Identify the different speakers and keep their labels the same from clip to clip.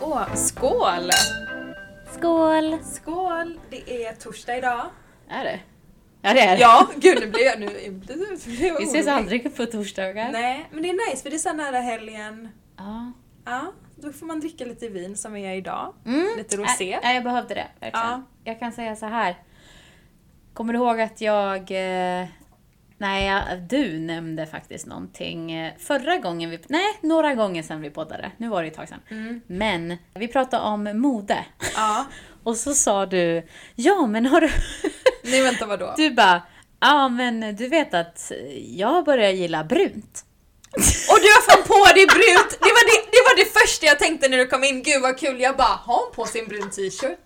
Speaker 1: Så, skål!
Speaker 2: Skål!
Speaker 1: Skål! Det är torsdag idag.
Speaker 2: Är det? Ja det är det.
Speaker 1: Ja, gud nu blir jag nu inte blev
Speaker 2: Vi ses aldrig på torsdagar.
Speaker 1: Nej, men det är nice för det är så här nära helgen.
Speaker 2: Ja.
Speaker 1: Ja, då får man dricka lite vin som vi gör idag.
Speaker 2: Mm.
Speaker 1: Lite rosé.
Speaker 2: Ja, jag behövde det. Verkligen.
Speaker 1: Ja.
Speaker 2: Jag kan säga så här. Kommer du ihåg att jag... eh, Nej, jag- du nämnde faktiskt någonting eh, förra gången vi... Nej, några gånger sedan vi poddade. Nu var det ett tag sedan.
Speaker 1: Mm.
Speaker 2: Men vi pratade om mode.
Speaker 1: Ja.
Speaker 2: Och så sa du, ja men har du...
Speaker 1: Nej vänta vadå?
Speaker 2: Du bara, ja men du vet att jag börjar gilla brunt.
Speaker 1: Och du har fan på dig brunt! Det var det, det var det första jag tänkte när du kom in, gud vad kul! Jag bara, har hon på sig en brun t-shirt?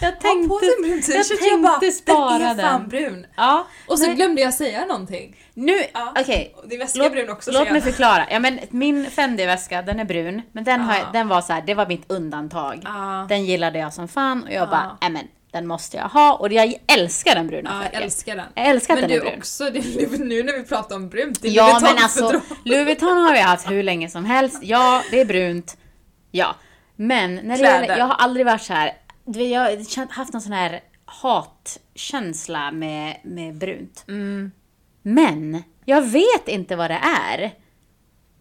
Speaker 2: Jag
Speaker 1: Har hon
Speaker 2: tänkte,
Speaker 1: på sig en brun
Speaker 2: jag
Speaker 1: t-shirt?
Speaker 2: tänkte spara
Speaker 1: den är
Speaker 2: den.
Speaker 1: fan brun!
Speaker 2: Ja,
Speaker 1: Och så
Speaker 2: Nej.
Speaker 1: glömde jag säga någonting.
Speaker 2: nu,
Speaker 1: Ja.
Speaker 2: okej.
Speaker 1: Din väska är
Speaker 2: Låt,
Speaker 1: brun också.
Speaker 2: låt
Speaker 1: ser
Speaker 2: mig
Speaker 1: jag.
Speaker 2: förklara. Ja, men min Fendi-väska, den är brun. Men den, har
Speaker 1: Ja.
Speaker 2: jag, den var så här, det var mitt undantag.
Speaker 1: Ja.
Speaker 2: Den gillade jag som fan och jag
Speaker 1: Ja.
Speaker 2: bara, nej men den måste jag ha. Och jag älskar den bruna
Speaker 1: Ja, jag
Speaker 2: färgen.
Speaker 1: älskar den.
Speaker 2: Jag älskar att
Speaker 1: Men
Speaker 2: den är
Speaker 1: du
Speaker 2: brun.
Speaker 1: också, det är nu när vi pratar om brunt, det är
Speaker 2: Ja
Speaker 1: Louis
Speaker 2: men
Speaker 1: Vuitton
Speaker 2: alltså,
Speaker 1: fördrag.
Speaker 2: Louis Vuitton har vi haft hur länge som helst. Ja, det är brunt. Ja. Men när det
Speaker 1: Kläder.
Speaker 2: gäller, jag har aldrig varit så här. Du vet, jag har känt- haft någon sån här hatkänsla med, med brunt.
Speaker 1: Mm.
Speaker 2: Men jag vet inte vad det är.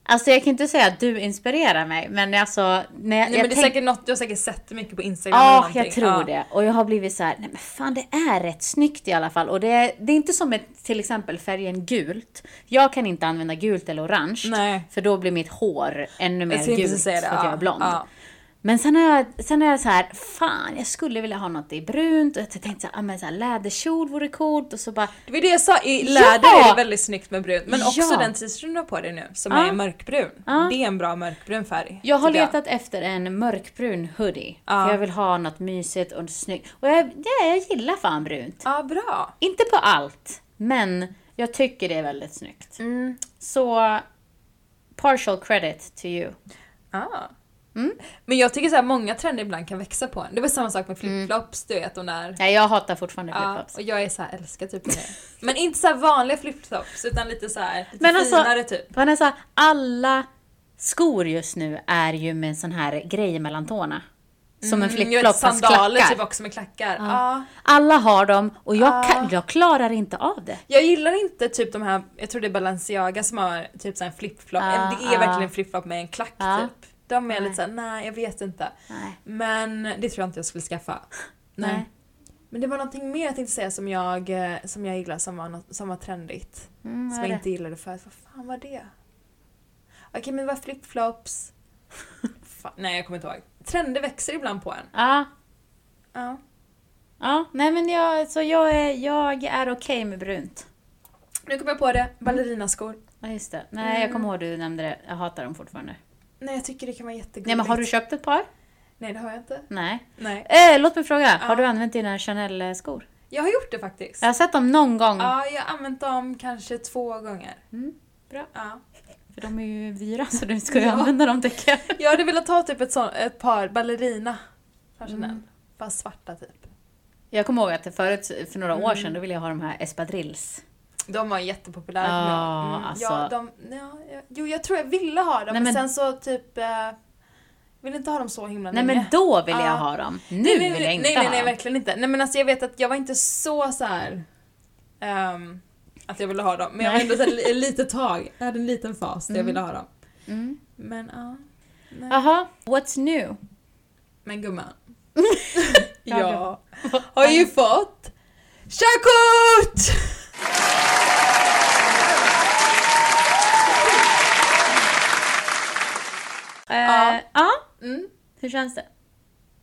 Speaker 2: Alltså jag kan inte säga att du inspirerar mig, men alltså... När jag,
Speaker 1: Nej,
Speaker 2: jag
Speaker 1: men det är
Speaker 2: tänk-
Speaker 1: säkert något, du har säkert sett det mycket på Instagram eller
Speaker 2: Ja,
Speaker 1: någonting.
Speaker 2: jag tror
Speaker 1: Ja.
Speaker 2: det. Och jag har blivit så här, nej men fan det är rätt snyggt i alla fall. Och det är, det är inte som ett, till exempel färgen gult. Jag kan inte använda gult eller orange.
Speaker 1: Nej.
Speaker 2: För då blir mitt hår ännu mer
Speaker 1: Jag tänkte
Speaker 2: gult
Speaker 1: precis säga
Speaker 2: för
Speaker 1: det,
Speaker 2: att jag
Speaker 1: ja,
Speaker 2: är blond.
Speaker 1: ja.
Speaker 2: Men sen är, jag, sen är jag så här, fan jag skulle vilja ha något i brunt. Och jag tänkte så här, ah, men så här läderkjol vore coolt. Och så bara,
Speaker 1: Det var det jag sa, i
Speaker 2: Ja!
Speaker 1: läder är det väldigt snyggt med brunt. Men också
Speaker 2: Ja.
Speaker 1: den t-shirten du har på dig nu som
Speaker 2: Ja.
Speaker 1: är mörkbrun.
Speaker 2: Ja.
Speaker 1: Det är en bra mörkbrun färg.
Speaker 2: Jag har
Speaker 1: tycker
Speaker 2: letat efter en mörkbrun hoodie.
Speaker 1: Ja.
Speaker 2: För jag vill ha något mysigt och snyggt. Och jag, ja, jag gillar fan brunt.
Speaker 1: Ja, bra.
Speaker 2: Inte på allt, men jag tycker det är väldigt snyggt.
Speaker 1: Mm.
Speaker 2: Så partial credit to you.
Speaker 1: Ja.
Speaker 2: Mm.
Speaker 1: Men jag tycker så här, många trender ibland kan växa på en. Det var samma sak med flipflops, du vet de där.
Speaker 2: Nej, jag hatar fortfarande
Speaker 1: Ja,
Speaker 2: Mm. flipflops.
Speaker 1: och jag är så här, älskar typ det. Men inte så här vanliga flipflops utan lite så här, lite
Speaker 2: Men alltså-
Speaker 1: finare typ.
Speaker 2: Vanessa, alla skor just nu är ju med en sån här grej mellan tårna. Som en
Speaker 1: Mm, jag vet,
Speaker 2: flipflop fast
Speaker 1: sandaler typ
Speaker 2: klackar.
Speaker 1: också med klackar. Ja.
Speaker 2: Alla har dem och jag,
Speaker 1: Ja.
Speaker 2: kan, jag klarar inte av det.
Speaker 1: Jag gillar inte typ de här, jag tror det är Balenciaga som har typ så här en flipflop,
Speaker 2: Ja,
Speaker 1: det är
Speaker 2: ja.
Speaker 1: verkligen en flipflop med en klack
Speaker 2: Ja.
Speaker 1: typ. De är
Speaker 2: Nej.
Speaker 1: lite såhär, nej jag vet inte.
Speaker 2: Nej.
Speaker 1: Men det tror jag inte jag skulle skaffa. Nej.
Speaker 2: Nej.
Speaker 1: Men det var någonting mer jag tänkte säga som jag, eh, som jag gillar som var, något, som var trendigt.
Speaker 2: Mm, vad
Speaker 1: som
Speaker 2: är
Speaker 1: jag
Speaker 2: det?
Speaker 1: inte gillade förut. Vad fan var det? Okej men det var flipflops. Fan, nej jag kommer inte ihåg. Trender växer ibland på en.
Speaker 2: Ja,
Speaker 1: Ja.
Speaker 2: ja. Nej, men jag, så jag är, jag är okej med brunt.
Speaker 1: Nu kommer jag på det, ballerinaskor.
Speaker 2: Ja, just det. Nej,
Speaker 1: Mm.
Speaker 2: jag kommer ihåg du nämnde det. Jag hatar dem fortfarande.
Speaker 1: Nej jag tycker det kan vara jättegulligt.
Speaker 2: Nej, men har du köpt ett par?
Speaker 1: Nej det har jag inte.
Speaker 2: Nej.
Speaker 1: Nej.
Speaker 2: Eh, låt mig fråga, har
Speaker 1: Ja.
Speaker 2: du använt dina Chanel-skor?
Speaker 1: Jag har gjort det faktiskt.
Speaker 2: Jag har sett dem någon gång.
Speaker 1: Ja, jag har använt dem kanske två gånger.
Speaker 2: Mm, bra.
Speaker 1: Ja.
Speaker 2: För de är ju dyra så du ska ju
Speaker 1: Ja.
Speaker 2: använda dem tycker jag.
Speaker 1: Jag hade velat ha typ ett, sån, ett par ballerina från Chanel.
Speaker 2: Mm.
Speaker 1: Fast svarta typ.
Speaker 2: Jag kommer ihåg att det förut, för några år sedan, då ville jag ha de här espadrilles.
Speaker 1: De var jättepopulära.
Speaker 2: Ja,
Speaker 1: kommer jag Mm. ihåg. ja,
Speaker 2: alltså.
Speaker 1: de, ja, ja, jo, jag tror jag ville ha dem
Speaker 2: Nej,
Speaker 1: men,
Speaker 2: men-
Speaker 1: sen så typ... Eh, ville inte ha dem så himla
Speaker 2: Nej
Speaker 1: länge.
Speaker 2: men då ville jag
Speaker 1: Ja.
Speaker 2: ha dem. Nu
Speaker 1: Nej,
Speaker 2: vill jag inte
Speaker 1: nej, nej, nej,
Speaker 2: ha dem.
Speaker 1: verkligen inte. Nej men alltså jag vet att jag var inte så så här. ehm, att jag ville ha dem. Men jag var
Speaker 2: Nej.
Speaker 1: ändå så här, lite tag. Jag hade en liten fas där jag
Speaker 2: Mm.
Speaker 1: ville ha dem.
Speaker 2: Mm.
Speaker 1: Men ja. nej.
Speaker 2: Jaha, what's new?
Speaker 1: Men gumman.
Speaker 2: Ja,
Speaker 1: jag har ju fått körkort!
Speaker 2: Eh,
Speaker 1: Ja.
Speaker 2: ja,
Speaker 1: Mm,
Speaker 2: hur känns det?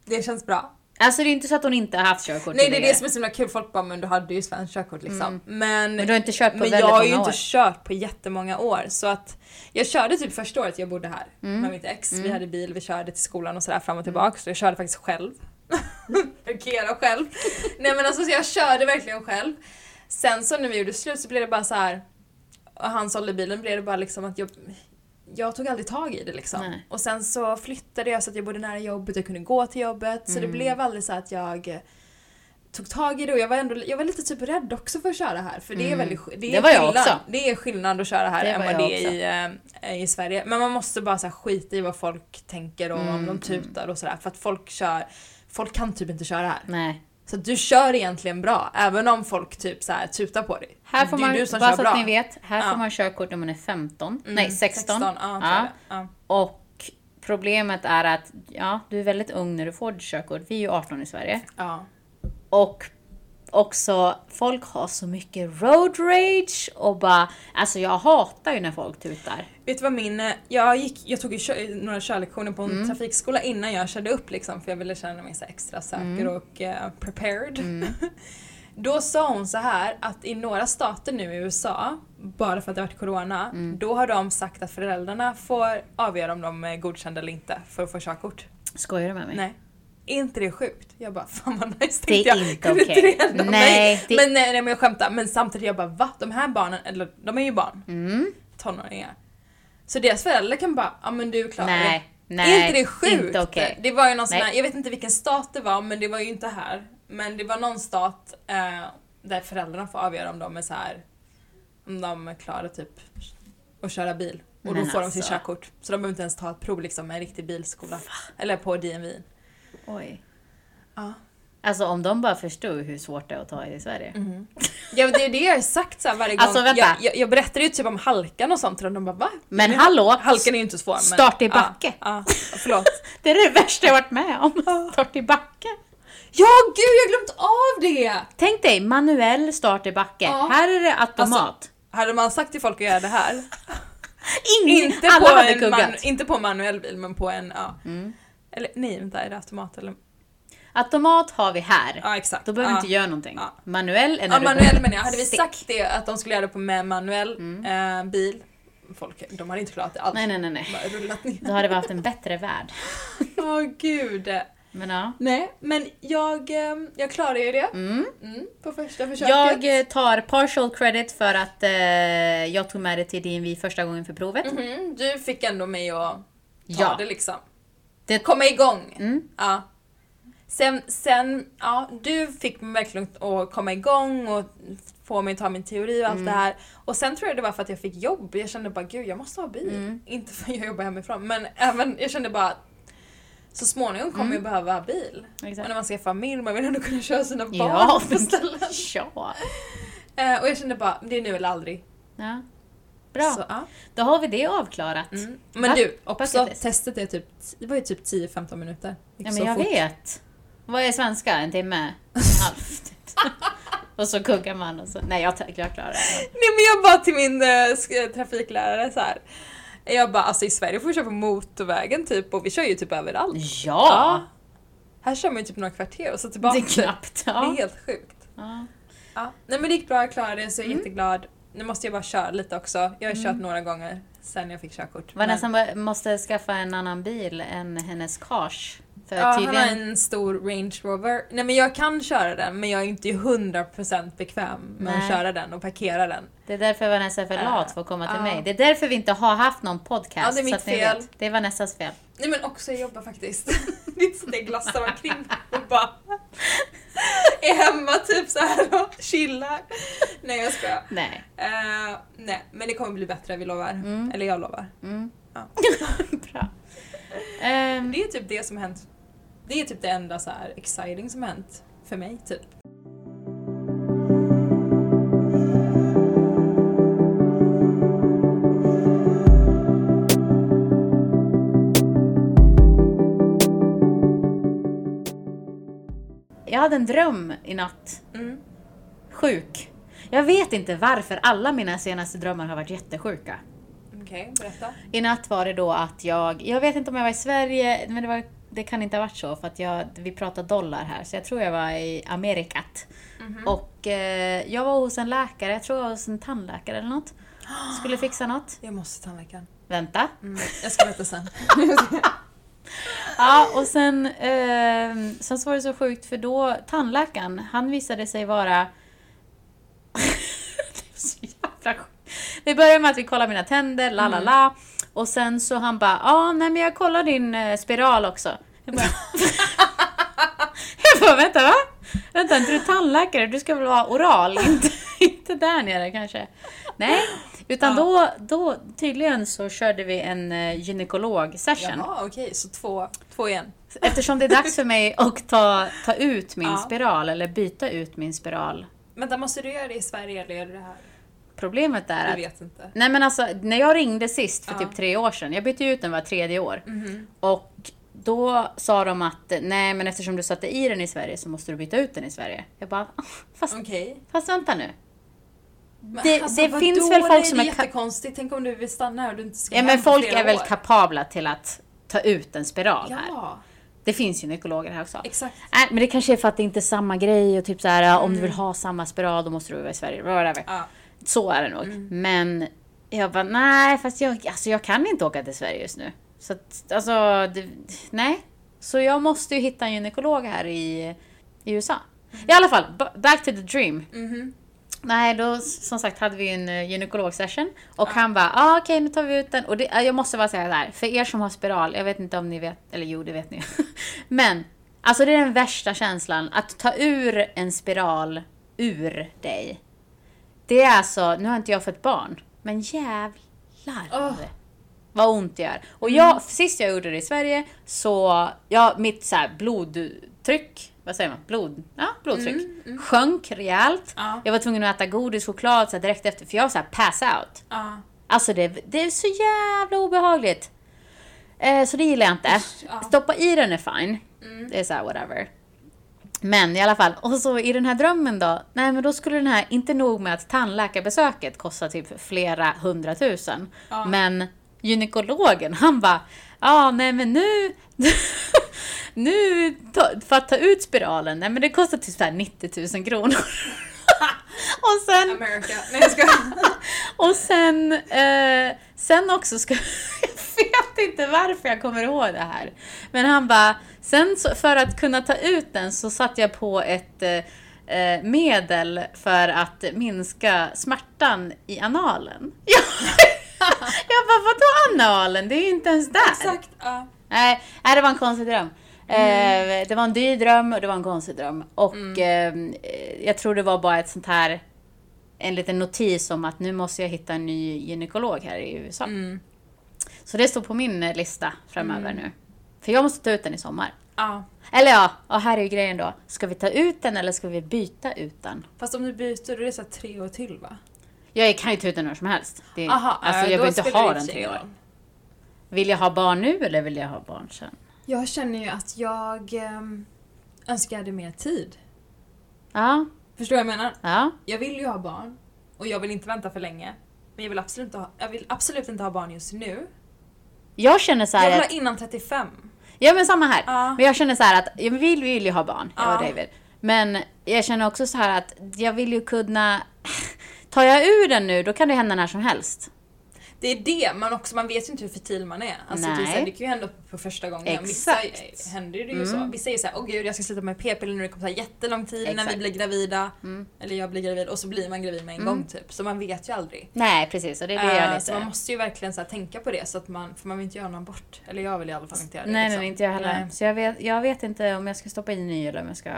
Speaker 1: det känns bra.
Speaker 2: Alltså det är inte så att hon inte har haft körkort
Speaker 1: Nej det är
Speaker 2: tidigare.
Speaker 1: det som är så himla kul, folk bara men du hade ju svenskt körkort liksom. Men,
Speaker 2: Men du har inte kört på
Speaker 1: men
Speaker 2: väldigt
Speaker 1: jag har ju
Speaker 2: många
Speaker 1: inte
Speaker 2: år.
Speaker 1: kört på jättemånga år så att jag körde typ första året jag bodde här
Speaker 2: Mm.
Speaker 1: med mitt ex. Vi hade bil, vi körde till skolan och sådär fram och tillbaka så jag körde faktiskt själv. Parkera själv. Nej men alltså så jag körde verkligen själv. Sen så när vi gjorde slut så blev det bara så här. och han sålde bilen blev det bara liksom att jag jag tog aldrig tag i det liksom.
Speaker 2: Nej.
Speaker 1: Och sen så
Speaker 2: Mm.
Speaker 1: flyttade jag så att jag bodde nära jobbet, jag kunde gå till jobbet. Så det blev aldrig så att jag tog tag i det och jag var, ändå, jag var lite typ rädd också för att köra här. För det är väldigt det är
Speaker 2: Mm. Det var jag
Speaker 1: skillnad,
Speaker 2: också.
Speaker 1: Det är skillnad att köra här
Speaker 2: Det
Speaker 1: än
Speaker 2: var
Speaker 1: vad
Speaker 2: jag
Speaker 1: det är i, eh, i Sverige. Men man måste bara så här, skita i vad folk tänker och
Speaker 2: Mm,
Speaker 1: om de tutar och sådär. För att folk kör, folk kan typ inte köra här.
Speaker 2: Nej.
Speaker 1: Så att du kör egentligen bra, även om folk typ så här tutar på dig.
Speaker 2: Här får
Speaker 1: det är
Speaker 2: man,
Speaker 1: ju du som
Speaker 2: bara
Speaker 1: kör
Speaker 2: så
Speaker 1: bra.
Speaker 2: att ni vet, här
Speaker 1: Ja.
Speaker 2: får man körkort när man är 15. Nej, 16.
Speaker 1: 16 ja, jag tror
Speaker 2: Mm. Ja.
Speaker 1: det. ja.
Speaker 2: Och problemet är att, ja, du är väldigt ung när du får ditt körkort. Vi är ju 18 i Sverige.
Speaker 1: ja.
Speaker 2: Och också, folk har så mycket road rage och bara, alltså jag hatar ju när folk tutar.
Speaker 1: Vet du vad min... eh, Jag, gick, jag tog ju kö, några körlektioner på en
Speaker 2: Mm.
Speaker 1: trafikskola innan jag körde upp liksom för jag ville känna mig så här extra säker
Speaker 2: Mm.
Speaker 1: och eh, prepared. Då sa hon så här att i några stater nu i USA, bara för att det har varit corona,
Speaker 2: Mm.
Speaker 1: då har de sagt att föräldrarna får avgöra om de är godkända eller inte för att få körkort.
Speaker 2: Skojar du med mig?
Speaker 1: Nej. Är inte det sjukt? Jag bara, fan vad nice
Speaker 2: Det är
Speaker 1: tänkte jag.
Speaker 2: inte
Speaker 1: Kunde
Speaker 2: okej.
Speaker 1: det hända
Speaker 2: Nej,
Speaker 1: mig?
Speaker 2: det-
Speaker 1: Men, eh, nej, nej men jag skämtar. Men samtidigt jag bara, va? De här barnen, eller de är ju barn.
Speaker 2: Mm.
Speaker 1: Tonåringar. Så deras föräldrar kan bara, ja men du klarar
Speaker 2: Nej,
Speaker 1: det.
Speaker 2: nej,
Speaker 1: är inte det sjukt?
Speaker 2: inte okej.
Speaker 1: Det var ju någon sån
Speaker 2: Nej.
Speaker 1: här, jag vet inte vilken stat det var, men det var ju inte här. Men det var någon stat eh, där föräldrarna får avgöra om de är så här om de klarar typ att köra bil. Och då
Speaker 2: Men
Speaker 1: får de sitt
Speaker 2: alltså.
Speaker 1: körkort. Så de behöver inte ens ta ett prov liksom med en riktig bilskola. Eller på DNV.
Speaker 2: Oj.
Speaker 1: Ja.
Speaker 2: Alltså om de bara förstod hur svårt det är att ta i Sverige.
Speaker 1: Mm. Ja men det är det jag har sagt så här varje gång.
Speaker 2: Alltså, vänta.
Speaker 1: Jag, jag, jag berättade ju typ om halkan och sånt till dem, de bara va?
Speaker 2: Men hallå!
Speaker 1: Halkan är ju inte svår men...
Speaker 2: Start i backe.
Speaker 1: Ja, ja, förlåt.
Speaker 2: Det är det värsta jag varit med om. Start i backe.
Speaker 1: Ja gud jag har glömt av det!
Speaker 2: Tänk dig manuell start i backe.
Speaker 1: Ja. Alltså,
Speaker 2: Här är det automat.
Speaker 1: Hade man sagt till folk att göra det här,
Speaker 2: Ingen,
Speaker 1: inte,
Speaker 2: Mm, alla
Speaker 1: på
Speaker 2: hade
Speaker 1: en
Speaker 2: kuggat. Mm.
Speaker 1: man, inte på en manuell bil men på en, ja. Eller nej vänta, är det automat eller?
Speaker 2: Automat har vi här.
Speaker 1: Ja exakt.
Speaker 2: Då behöver
Speaker 1: ja.
Speaker 2: vi inte göra någonting.
Speaker 1: Ja.
Speaker 2: Manuell är när
Speaker 1: Ja,
Speaker 2: du
Speaker 1: manuell
Speaker 2: går-
Speaker 1: menar jag. Hade vi
Speaker 2: Stick.
Speaker 1: sagt det, att de skulle göra det på med manuell eh, bil, folk, de hade inte klarat det alls.
Speaker 2: Mm. Nej, nej, nej, nej.
Speaker 1: Bara rullat
Speaker 2: Då
Speaker 1: ner.
Speaker 2: hade vi haft en bättre värld.
Speaker 1: Åh gud.
Speaker 2: Men ja.
Speaker 1: Nej, men jag, eh, jag klarade ju det Mm, på första försöket.
Speaker 2: Jag eh, tar partial credit för att eh, jag tog med det till DNV första gången för provet.
Speaker 1: Mhm, du fick ändå mig att ta
Speaker 2: Ja.
Speaker 1: det liksom.
Speaker 2: Det- Mm.
Speaker 1: Komma igång. Ja. Sen, sen, ja, du fick mig verkligen att komma igång och få mig att ta min teori
Speaker 2: Mm.
Speaker 1: och allt det här. Och sen tror jag det var för att jag fick jobb. Jag kände bara gud jag måste ha bil.
Speaker 2: Mm.
Speaker 1: Inte för att jag jobbar hemifrån men även, jag kände bara att så småningom kommer jag behöva ha bil.
Speaker 2: Mm. Exakt.
Speaker 1: Och när man ska ha familj, man vill ändå kunna köra sina barn
Speaker 2: Ja,
Speaker 1: på ställen.
Speaker 2: ja.
Speaker 1: Eh, och jag kände bara, det är nu eller aldrig.
Speaker 2: ja. Bra,
Speaker 1: Så, ja.
Speaker 2: då har vi det avklarat.
Speaker 1: Mm. Men
Speaker 2: Ba-
Speaker 1: du, också
Speaker 2: bucket list.
Speaker 1: testet är typ, det var ju typ 10-15 minuter. Gick
Speaker 2: Ja,
Speaker 1: så
Speaker 2: men jag
Speaker 1: fort.
Speaker 2: vet. Vad är svenska? En timme? En halv? typ. och så kuggar man och så... Nej, jag, jag klarar det.
Speaker 1: Nej men jag bara till min eh, sk- trafiklärare så här. Jag bara alltså i Sverige får vi köra på motorvägen typ och vi kör ju typ överallt.
Speaker 2: Ja!
Speaker 1: Här kör man ju typ några kvarter och så
Speaker 2: Det
Speaker 1: tillbaka.
Speaker 2: är knappt.
Speaker 1: Det är
Speaker 2: Ja.
Speaker 1: helt sjukt.
Speaker 2: Ja.
Speaker 1: Ja. Nej men det gick bra, jag klarade det så jag är
Speaker 2: Mm.
Speaker 1: jätteglad. Nu måste jag bara köra lite också. Jag har kört några gånger sen jag fick körkort.
Speaker 2: Var
Speaker 1: Men-
Speaker 2: nästan bara- alltså, måste skaffa en annan bil än hennes cars. För
Speaker 1: Ja, han har
Speaker 2: tydligen...
Speaker 1: en stor Range Rover. Nej men jag kan köra den men jag är inte 100% bekväm med att
Speaker 2: Nej.
Speaker 1: köra den och parkera den.
Speaker 2: Det är därför Vanessa är för lat för att komma till
Speaker 1: Ja.
Speaker 2: mig. Det är därför vi inte har haft någon podcast.
Speaker 1: Ja, det är mitt
Speaker 2: så att ni
Speaker 1: fel.
Speaker 2: Vet. Det är Vanessas fel.
Speaker 1: Nej men också jag jobbar faktiskt. Det är inte så att jag glassar omkring och bara är hemma typ så här och chillar. Nej jag skojar.
Speaker 2: Nej.
Speaker 1: Eh, nej men det kommer bli bättre, vi lovar. Eller jag lovar.
Speaker 2: Mm.
Speaker 1: Ja.
Speaker 2: Bra. Ehm,
Speaker 1: Det är typ det som har hänt. Det är typ det enda så här exciting som har hänt för mig typ.
Speaker 2: jag hade en dröm i natt.
Speaker 1: Mm.
Speaker 2: Sjuk. Jag vet inte varför alla mina senaste drömmar har varit jättesjuka.
Speaker 1: Okej, berätta.
Speaker 2: I natt var det då att jag, jag vet inte om jag var i Sverige, men det, var, det kan inte ha varit så för att jag, vi pratar dollar här, så jag tror jag var i Amerikat. Och eh, jag var hos en läkare, jag tror jag var hos en tandläkare eller något. Skulle fixa något.
Speaker 1: Jag måste till tandläkaren.
Speaker 2: Vänta.
Speaker 1: Mm. Jag ska berätta sen.
Speaker 2: Ja, och sen, eh, sen så var det så sjukt för då, tandläkaren, han visade sig vara... det är så jävla sjukt. Det började med att vi kollade mina tänder, la la la. Och sen så han bara, ja ah, nej men jag kollar din eh, spiral också. Jag bara, jag bara vänta va? Vänta, inte du tandläkare? Du ska väl vara oral? Inte, inte där nere kanske? Nej, utan då, då tydligen så körde vi en eh, gynekolog-session.
Speaker 1: Jaha, okej, så två, två igen.
Speaker 2: Eftersom det är dags för mig att ta, ta ut min
Speaker 1: Ja.
Speaker 2: spiral, eller byta ut min spiral.
Speaker 1: Vänta, måste du göra det i Sverige eller gör du det här?
Speaker 2: Problemet är
Speaker 1: Jag
Speaker 2: att
Speaker 1: vet inte.
Speaker 2: Nej men alltså, när jag ringde sist för
Speaker 1: Ja. Mhm.
Speaker 2: typ tre år sedan, jag bytte ju ut den var tredje år. Och då sa de att, nej men eftersom du satte i den i Sverige så måste du byta ut den i Sverige. Jag bara, "Ah, fast,
Speaker 1: Okej.
Speaker 2: fast vänta nu.
Speaker 1: Men
Speaker 2: Det- det
Speaker 1: vadå?
Speaker 2: finns väl folk som
Speaker 1: Nej,
Speaker 2: är
Speaker 1: det är
Speaker 2: ka-
Speaker 1: jättekonstigt. Tänk om du vill stanna här och du inte ska
Speaker 2: Ja
Speaker 1: hem
Speaker 2: men
Speaker 1: på
Speaker 2: folk
Speaker 1: flera
Speaker 2: är väl
Speaker 1: år.
Speaker 2: kapabla till att ta ut en spiral här.
Speaker 1: Ja,
Speaker 2: Det finns gynekologer här också.
Speaker 1: exakt.
Speaker 2: Nej men det kanske är för att det inte är samma grej och typ så här, ja, om du
Speaker 1: Mm.
Speaker 2: vill ha samma spiral då måste du vara i Sverige. Whatever.
Speaker 1: Ja.
Speaker 2: Så är det nog. Men jag bara, nej fast jag, alltså, jag kan inte åka till Sverige just nu. Så att, alltså, det, nej. Så jag måste ju hitta en gynekolog här i, i USA. I alla fall, ba- back to the dream. Nej, då s- som sagt hade vi en eh, gynekologsession och han bara, ah, okej nu tar vi ut den. Och det, eh, jag måste bara säga det här, för er som har spiral, jag vet inte om ni vet, eller jo det vet ni. Men, alltså det är den värsta känslan, att ta ur en spiral ur dig. Det är alltså, nu har inte jag fått barn, men jävlar
Speaker 1: Åh.
Speaker 2: vad ont det gör. Och jag, sist jag gjorde det i Sverige, så, ja, mitt så här blodtryck, vad säger man, blod, ja, blodtryck, sjönk rejält.
Speaker 1: Ja.
Speaker 2: Jag var tvungen att äta godis, choklad så här, direkt efter, för jag var så här pass out.
Speaker 1: Ja.
Speaker 2: Alltså det, det är så jävla obehagligt. Eh, så det gillar jag inte.
Speaker 1: ja.
Speaker 2: Stoppa i den är fine. Det är så här, whatever. Men i alla fall, och så i den här drömmen då. Nej men då skulle den här, inte nog med att tandläkarbesöket kostar typ flera hundratusen. Men gynekologen han bara, ja nej men nu, nu ta, för att ta ut spiralen, nej men det kostar typ så här 90 000 kronor. och sen
Speaker 1: America. Nej jag skojar.
Speaker 2: och sen, eh, sen också ska... Jag vet inte varför jag kommer ihåg det här. Men han bara, sen så, för att kunna ta ut den så satte jag på ett eh, eh, medel för att minska smärtan i analen. Jag, jag bara, vadå analen? Det är ju inte ens där.
Speaker 1: Exakt. Ja.
Speaker 2: Nej, nej, det var en konstig dröm.
Speaker 1: Mm.
Speaker 2: Eh, det var en dyr dröm och det var en konstig dröm. Och eh, jag tror det var bara ett sånt här, en liten notis om att nu måste jag hitta en ny gynekolog här i USA.
Speaker 1: Mm.
Speaker 2: Så det står på min eh, lista framöver nu. För jag måste ta ut den i sommar.
Speaker 1: ja.
Speaker 2: Eller ja, och här är ju grejen då. Ska vi ta ut den eller ska vi byta ut den?
Speaker 1: Fast om du byter då är det så här tre år till va?
Speaker 2: Jag kan ju ta ut den när som helst. Det,
Speaker 1: Aha,
Speaker 2: alltså, jag
Speaker 1: ja, då
Speaker 2: vill inte
Speaker 1: spelar
Speaker 2: ha
Speaker 1: det
Speaker 2: den
Speaker 1: inte
Speaker 2: tre
Speaker 1: någon
Speaker 2: år.
Speaker 1: roll.
Speaker 2: Vill jag ha barn nu eller vill jag ha barn sen?
Speaker 1: Jag känner ju att jag ehm, önskar jag hade mer tid.
Speaker 2: Ja,
Speaker 1: Förstår du vad jag menar?
Speaker 2: ja.
Speaker 1: Jag vill ju ha barn och jag vill inte vänta för länge. Men jag vill absolut inte ha, jag vill absolut inte ha barn just nu.
Speaker 2: Jag känner så här
Speaker 1: Jag vill
Speaker 2: att-
Speaker 1: ha innan 35.
Speaker 2: Ja men samma här.
Speaker 1: Ja.
Speaker 2: Men jag känner så här att, jag vill, vill ju ha barn, jag och
Speaker 1: Ja.
Speaker 2: David. Men jag känner också så här att jag vill ju kunna... Tar jag ur den nu, då kan det hända när som helst.
Speaker 1: Det är det, man, också, man vet ju inte hur fertil man är. Alltså, det, är
Speaker 2: Nej.
Speaker 1: så här, det kan ju hända på första gången.
Speaker 2: Exakt. Mm.
Speaker 1: Vissa händer det ju så. Vissa är ju såhär, åh gud jag ska sluta med p-piller nu, det kommer ta jättelång tid innan vi
Speaker 2: Exakt. Mm.
Speaker 1: blir gravida. Eller jag blir gravid och så blir man gravid med en gång typ. Så man vet ju aldrig.
Speaker 2: Nej precis, och det är det jag
Speaker 1: Eh,
Speaker 2: är
Speaker 1: så man
Speaker 2: lite...
Speaker 1: måste ju verkligen så här, tänka på det, så att man, för man vill inte göra någon abort. Eller jag vill i alla fall inte göra det.
Speaker 2: Nej
Speaker 1: liksom.
Speaker 2: men inte jag heller.
Speaker 1: Nej.
Speaker 2: Så jag vet, jag vet inte om jag ska stoppa i en ny eller om jag ska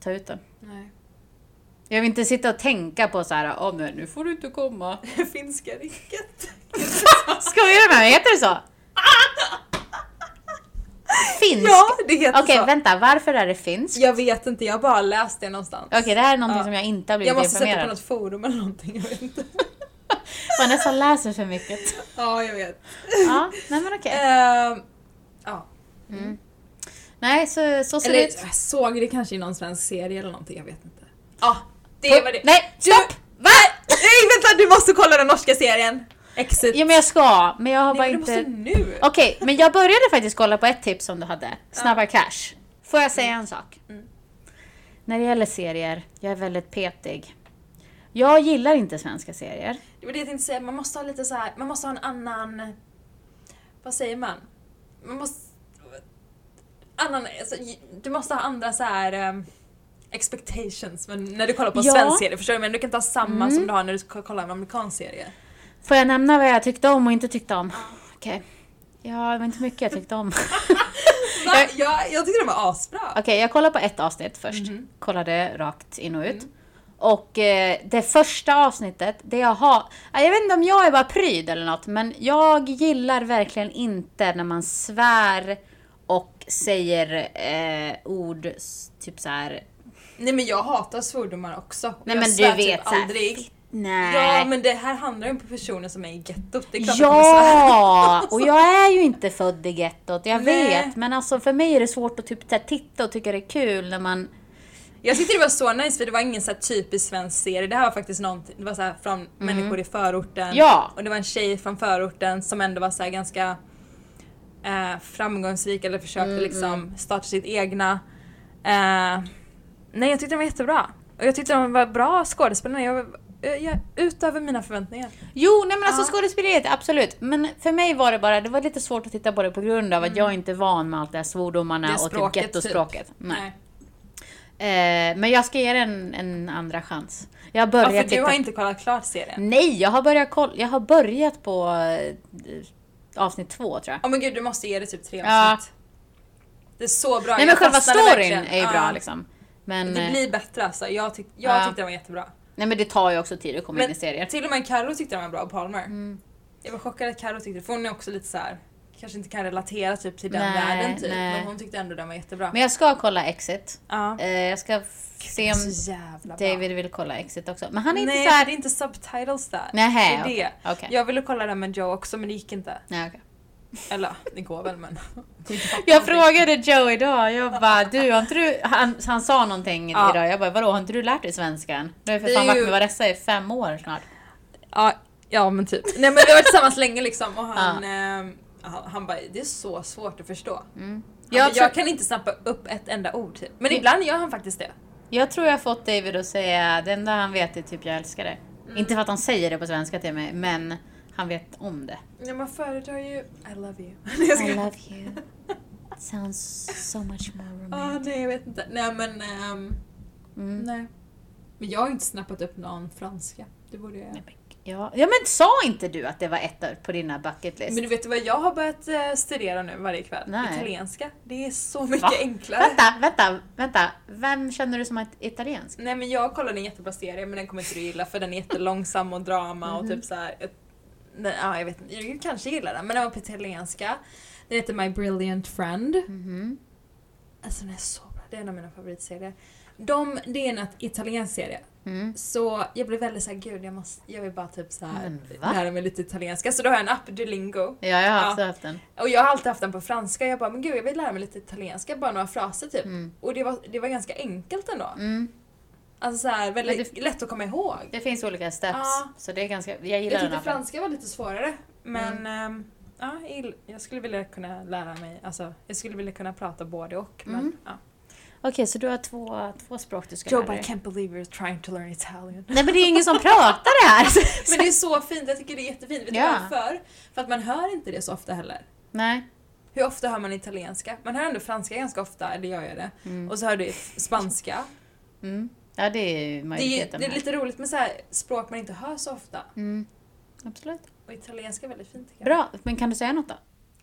Speaker 2: ta ut den.
Speaker 1: Nej.
Speaker 2: Jag vill inte sitta och tänka på så här, åh men nu får du inte komma.
Speaker 1: Finska riket.
Speaker 2: Skojar du med mig? Heter det så? Finsk?
Speaker 1: Ja, det heter
Speaker 2: Okej
Speaker 1: så.
Speaker 2: vänta, varför är det finsk?
Speaker 1: Jag vet inte, jag har bara läst det någonstans.
Speaker 2: Okej, det här är någonting
Speaker 1: Ja.
Speaker 2: som jag inte har blivit
Speaker 1: jag måste
Speaker 2: informerad
Speaker 1: sätta på något forum eller någonting, jag vet inte.
Speaker 2: Vanessa läser för mycket.
Speaker 1: ja, jag vet.
Speaker 2: Ja, nej men okej.
Speaker 1: Ehm, ja.
Speaker 2: Nej, så, så ser
Speaker 1: Eller
Speaker 2: det ut.
Speaker 1: jag såg det kanske i någon svensk serie eller någonting, jag vet inte. Ja, det var det.
Speaker 2: Nej,
Speaker 1: Du-
Speaker 2: stopp! Va?
Speaker 1: Nej vänta, du måste kolla den norska serien! Exit.
Speaker 2: Ja men jag ska, men jag har
Speaker 1: Nej,
Speaker 2: bara
Speaker 1: men du
Speaker 2: inte...
Speaker 1: måste nu!
Speaker 2: Okej, men jag började faktiskt kolla på ett tips som du hade. Snabba cash. Får jag
Speaker 1: Mm.
Speaker 2: säga en sak? När det gäller serier, jag är väldigt petig. Jag gillar inte svenska serier.
Speaker 1: Det var det jag tänkte säga, man måste ha lite så här, man måste ha en annan... Vad säger man? Man måste... Annan, alltså, du måste ha andra så här ehm, expectations men när du kollar på en
Speaker 2: Ja.
Speaker 1: svensk serie, förstår du? Men du kan inte ha samma som du har när du ska kolla en amerikansk serie.
Speaker 2: Får jag nämna vad jag tyckte om och inte tyckte om? Okej. Ja, det var inte mycket jag tyckte om.
Speaker 1: Va? Jag, jag tyckte den var asbra.
Speaker 2: Okej, jag kollade på ett avsnitt först.
Speaker 1: Mhm.
Speaker 2: Kollade rakt in och
Speaker 1: Mm.
Speaker 2: ut. Och eh, det första avsnittet, det jag har... Ja, Jag vet inte om jag är bara pryd eller något, men jag gillar verkligen inte när man svär och säger eh, ord s- typ så här.
Speaker 1: Nej men jag hatar svordomar också.
Speaker 2: Nej
Speaker 1: jag
Speaker 2: men
Speaker 1: svär
Speaker 2: du vet
Speaker 1: typ
Speaker 2: så här,
Speaker 1: aldrig.
Speaker 2: "Fitt- Nej.
Speaker 1: Ja men det här handlar ju om personer som är i gettot. Det är klart att de svär.
Speaker 2: Ja! Och jag är ju inte född i gettot, jag
Speaker 1: Nej.
Speaker 2: vet. Men alltså för mig är det svårt att typ så här titta och tycka det är kul när man...
Speaker 1: Jag tyckte det var så nice för det var ingen så här typisk svensk serie. Det här var faktiskt någonting, det var så här från människor i förorten.
Speaker 2: Mm. Ja.
Speaker 1: Och det var en tjej från förorten som ändå var så här ganska eh, framgångsrik eller försökte
Speaker 2: Mm,
Speaker 1: liksom starta sitt egna. Eh, nej jag tyckte den var jättebra. Och jag tyckte de var bra skådespelare. Jag, jag, jag, utöver mina förväntningar.
Speaker 2: Jo, nej men alltså skådespeleriet, absolut. Men för mig var det bara, det var lite svårt att titta på det på grund av att jag inte är van med allt det här svordomarna
Speaker 1: Mm. Det
Speaker 2: och
Speaker 1: språket,
Speaker 2: typ
Speaker 1: typ.
Speaker 2: gettospråket. Nej. Eh, men jag ska ge den en andra chans. Jag
Speaker 1: Ja,
Speaker 2: börjar
Speaker 1: för du
Speaker 2: titta...
Speaker 1: har inte kollat klart serien.
Speaker 2: Nej, jag har börjat kolla, jag har börjat på eh, avsnitt två tror jag.
Speaker 1: Ja men gud du måste ge det typ tre
Speaker 2: Ja.
Speaker 1: avsnitt. Det är så bra.
Speaker 2: nej men
Speaker 1: Jag
Speaker 2: själva
Speaker 1: fastnade
Speaker 2: storyn
Speaker 1: verkligen.
Speaker 2: är ju
Speaker 1: Ja.
Speaker 2: bra liksom. Men,
Speaker 1: Det
Speaker 2: eh,
Speaker 1: blir bättre alltså. Jag, tyck, jag
Speaker 2: Ja.
Speaker 1: tyckte den var jättebra.
Speaker 2: nej, men det tar ju också tid att komma in i
Speaker 1: Men
Speaker 2: serier.
Speaker 1: till och med Carro tyckte den var bra, Palmer. Jag var chockad att Carro tyckte det, för hon är också lite så här. kanske inte kan relatera typ till den
Speaker 2: Nej,
Speaker 1: världen typ.
Speaker 2: nej.
Speaker 1: Men hon tyckte ändå den var jättebra.
Speaker 2: Men jag ska kolla Exit.
Speaker 1: ja.
Speaker 2: Eh, jag ska f- se om
Speaker 1: Så jävla bra.
Speaker 2: David vill kolla Exit också. Men han är
Speaker 1: nej,
Speaker 2: inte såhär...
Speaker 1: det är inte subtitles där.
Speaker 2: Nähä,
Speaker 1: det är det.
Speaker 2: okej, okej.
Speaker 1: Jag ville kolla den med Joe också men det gick inte.
Speaker 2: Nej, okej.
Speaker 1: Eller det går väl men.
Speaker 2: Jag frågade Joe idag, jag bara du, har inte du han, han sa någonting
Speaker 1: Ja.
Speaker 2: idag, jag bara vadå har inte du lärt dig svenskan? Du har ju för
Speaker 1: Det är
Speaker 2: fan varit
Speaker 1: ju-
Speaker 2: med Vanessa i fem år snart.
Speaker 1: Ja, ja men typ. Nej men vi har varit tillsammans länge liksom och han, ehm, han, han bara det är så svårt att förstå. Han
Speaker 2: Mm.
Speaker 1: bara,
Speaker 2: Jag tror- Mm.
Speaker 1: jag kan inte snappa upp ett enda ord typ. Men ibland gör han faktiskt det.
Speaker 2: Jag tror jag har fått David att säga, det enda han vet är typ jag älskar dig.
Speaker 1: Mm.
Speaker 2: Inte för att han säger det på svenska till mig, men han vet om det.
Speaker 1: Ja man föredrar ju I love you. Nej, jag skojar.
Speaker 2: love you. Sounds so much more
Speaker 1: Ja, nej jag vet inte. Nej men ehm,
Speaker 2: Mm.
Speaker 1: nej. Men jag har inte snappat upp någon franska. Det borde jag.
Speaker 2: Ja, ja men sa inte du att det var ett på dina bucket list?
Speaker 1: Men du vet vad jag har börjat eh, studera nu varje kväll?
Speaker 2: Nej.
Speaker 1: Italienska. Det är så mycket
Speaker 2: Va?
Speaker 1: enklare.
Speaker 2: Vänta, vänta, vänta. Vem känner du som är italiensk?
Speaker 1: Nej men jag kollade en jättebra serie men den kommer inte du gilla för den är jättelångsam och drama och
Speaker 2: Mhm.
Speaker 1: typ så här. ett- Nej, ja, jag vet inte, jag kanske gillar den men den var på italienska. Den heter My Brilliant Friend.
Speaker 2: Mhm.
Speaker 1: Alltså den är så bra, det är en av mina favoritserier. De, det är en att- italiensk serie.
Speaker 2: Mm.
Speaker 1: Så jag blev väldigt såhär, gud jag, måste, jag vill bara typ såhär
Speaker 2: Men va?
Speaker 1: lära mig lite italienska. Så då har jag en app, Duolingo.
Speaker 2: Ja, jag har
Speaker 1: Ja.
Speaker 2: också haft den.
Speaker 1: Och jag har alltid haft den på franska. Jag bara, men gud jag vill lära mig lite italienska, bara några fraser typ. Och det var, det var ganska enkelt ändå.
Speaker 2: Mm.
Speaker 1: Alltså såhär, väldigt
Speaker 2: Men
Speaker 1: lätt att komma ihåg.
Speaker 2: Det finns olika steps.
Speaker 1: Ja.
Speaker 2: Så det är ganska, jag gillar
Speaker 1: Jag
Speaker 2: den
Speaker 1: tyckte
Speaker 2: appen. Mm.
Speaker 1: franska var lite svårare. Men ehm, ja, jag gill- jag skulle vilja kunna lära mig, alltså jag skulle vilja kunna prata både och. Men,
Speaker 2: Mm.
Speaker 1: ja.
Speaker 2: Okej, så du har två, två språk du ska
Speaker 1: Joe,
Speaker 2: lära dig.
Speaker 1: I can't believe you're trying to learn Italian.
Speaker 2: Nej men det är ingen som pratar det här!
Speaker 1: Men det är så fint, jag tycker det är jättefint. Vet du
Speaker 2: Ja.
Speaker 1: varför? För att man hör inte det så ofta heller.
Speaker 2: Nej.
Speaker 1: Hur ofta hör man italienska? Man hör ändå franska ganska ofta, eller jag gör det. Och så hör du spanska.
Speaker 2: Mm. Ja det är ju
Speaker 1: Det är, ju-
Speaker 2: majoriteten
Speaker 1: det är
Speaker 2: här.
Speaker 1: lite roligt med så här språk man inte hör så ofta.
Speaker 2: Mm. Absolut.
Speaker 1: Och italienska är väldigt fint tycker jag.
Speaker 2: Bra, men kan du säga något då?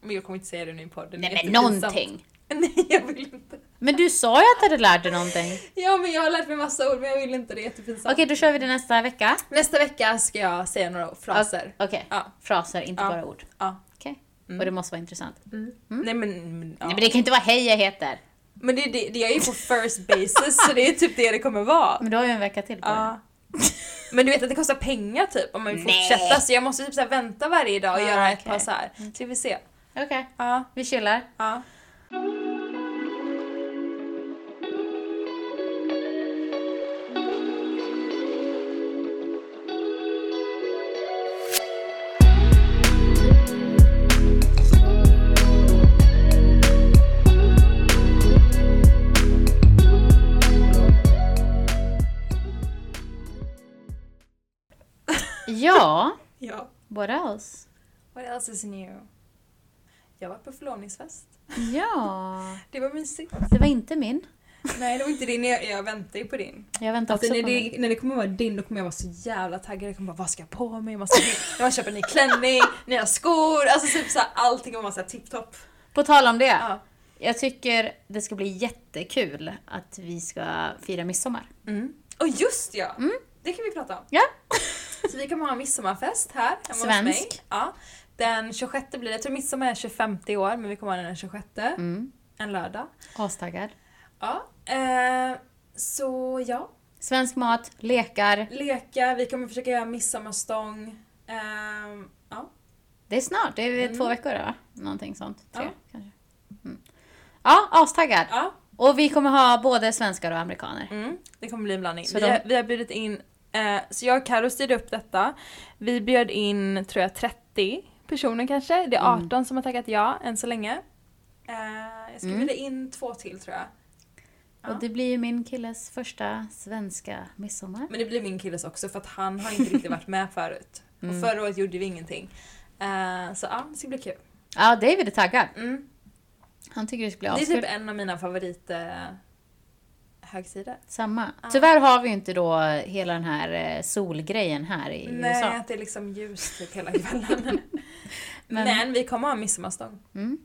Speaker 1: Men jag kommer inte säga det nu i podden. det är
Speaker 2: Nej men
Speaker 1: jättepinsamt.
Speaker 2: någonting!
Speaker 1: Nej, jag vill inte.
Speaker 2: Men du sa ju att du hade lärt dig någonting.
Speaker 1: Ja men jag har lärt mig massa ord men jag vill inte, det är jättepinsamt.
Speaker 2: Okej, då kör vi det nästa vecka.
Speaker 1: Nästa vecka ska jag säga några fraser.
Speaker 2: Okej,
Speaker 1: Ja.
Speaker 2: fraser, inte
Speaker 1: Ja.
Speaker 2: bara ord.
Speaker 1: Ja.
Speaker 2: Okej. Och det måste vara intressant.
Speaker 1: Nej men... men, ja.
Speaker 2: Mm. Nej men det kan inte vara hej jag heter.
Speaker 1: men det, det, det är ju på first basis så det är typ det det kommer vara.
Speaker 2: Men du har ju en vecka till på dig.
Speaker 1: Ja. Men du vet att det kostar pengar typ om man vill
Speaker 2: Nej.
Speaker 1: fortsätta så jag måste typ så här vänta varje dag och
Speaker 2: Ah,
Speaker 1: göra ett
Speaker 2: okej. Mm.
Speaker 1: par så här. Så vi får se.
Speaker 2: Okej,
Speaker 1: Ja,
Speaker 2: vi chillar.
Speaker 1: ja.
Speaker 2: Ja,
Speaker 1: Ja.
Speaker 2: what else?
Speaker 1: What else is new? Jag var på förlovningsfest.
Speaker 2: Ja,
Speaker 1: Det var mysigt.
Speaker 2: det var inte min.
Speaker 1: Nej det var inte din, jag, jag väntar ju på din.
Speaker 2: Jag väntar också
Speaker 1: Alltså, när,
Speaker 2: på min.
Speaker 1: det, när det kommer vara din då kommer jag vara så jävla taggad. Jag kommer bara vad ska jag på mig? Jag, måste, jag måste köpa en ny klänning, nya skor. Alltså typ så här, allting kommer vara så här tipptopp.
Speaker 2: På tal om det.
Speaker 1: Ja.
Speaker 2: Jag tycker det ska bli jättekul att vi ska fira midsommar.
Speaker 1: Och just ja! Det kan vi prata om.
Speaker 2: Ja.
Speaker 1: Så vi kommer ha en midsommarfest här hemma hos mig.
Speaker 2: Svensk.
Speaker 1: Ja. Den 26 blir det. Jag tror midsommar är 25 i år men vi kommer ha den den 26.
Speaker 2: Mm.
Speaker 1: En lördag.
Speaker 2: Astaggad.
Speaker 1: Ja. Eh, så ja,
Speaker 2: Svensk mat, lekar.
Speaker 1: leka, vi kommer försöka göra midsommarstång. Ehm, ja.
Speaker 2: Det är snart, det är
Speaker 1: Mm.
Speaker 2: två veckor va? Någonting sånt. Tre
Speaker 1: Ja.
Speaker 2: kanske. Mm. Ja, astaggad.
Speaker 1: ja.
Speaker 2: Och vi kommer ha både svenskar och amerikaner.
Speaker 1: Mm, det kommer bli en blandning.
Speaker 2: Så
Speaker 1: Vi,
Speaker 2: de-
Speaker 1: har, vi har bjudit in, eh, så jag och Carro styrde upp detta. Vi bjöd in, tror jag, 30 personer kanske. Det
Speaker 2: Mm.
Speaker 1: är 18 som har tackat ja än så länge. Eh, jag ska
Speaker 2: Mm.
Speaker 1: bjuda in två till tror jag. Ja.
Speaker 2: Och det blir ju min killes första svenska midsommar.
Speaker 1: Men det blir min killes också för att han har inte riktigt varit med förut.
Speaker 2: Mm.
Speaker 1: Och förra året gjorde vi ingenting. Eh, så ja, det ska bli kul.
Speaker 2: Ja, David är taggad.
Speaker 1: Mm.
Speaker 2: Han tycker det ska bli
Speaker 1: Det är
Speaker 2: askul.
Speaker 1: typ en av mina favorit eh, högsidor.
Speaker 2: Samma. Tyvärr har vi ju inte då hela den här eh, solgrejen här i
Speaker 1: Nej,
Speaker 2: USA.
Speaker 1: att det är liksom ljus typ hela kvällen. Men,
Speaker 2: Men-
Speaker 1: vi kommer ha en midsommarstång.
Speaker 2: Mm.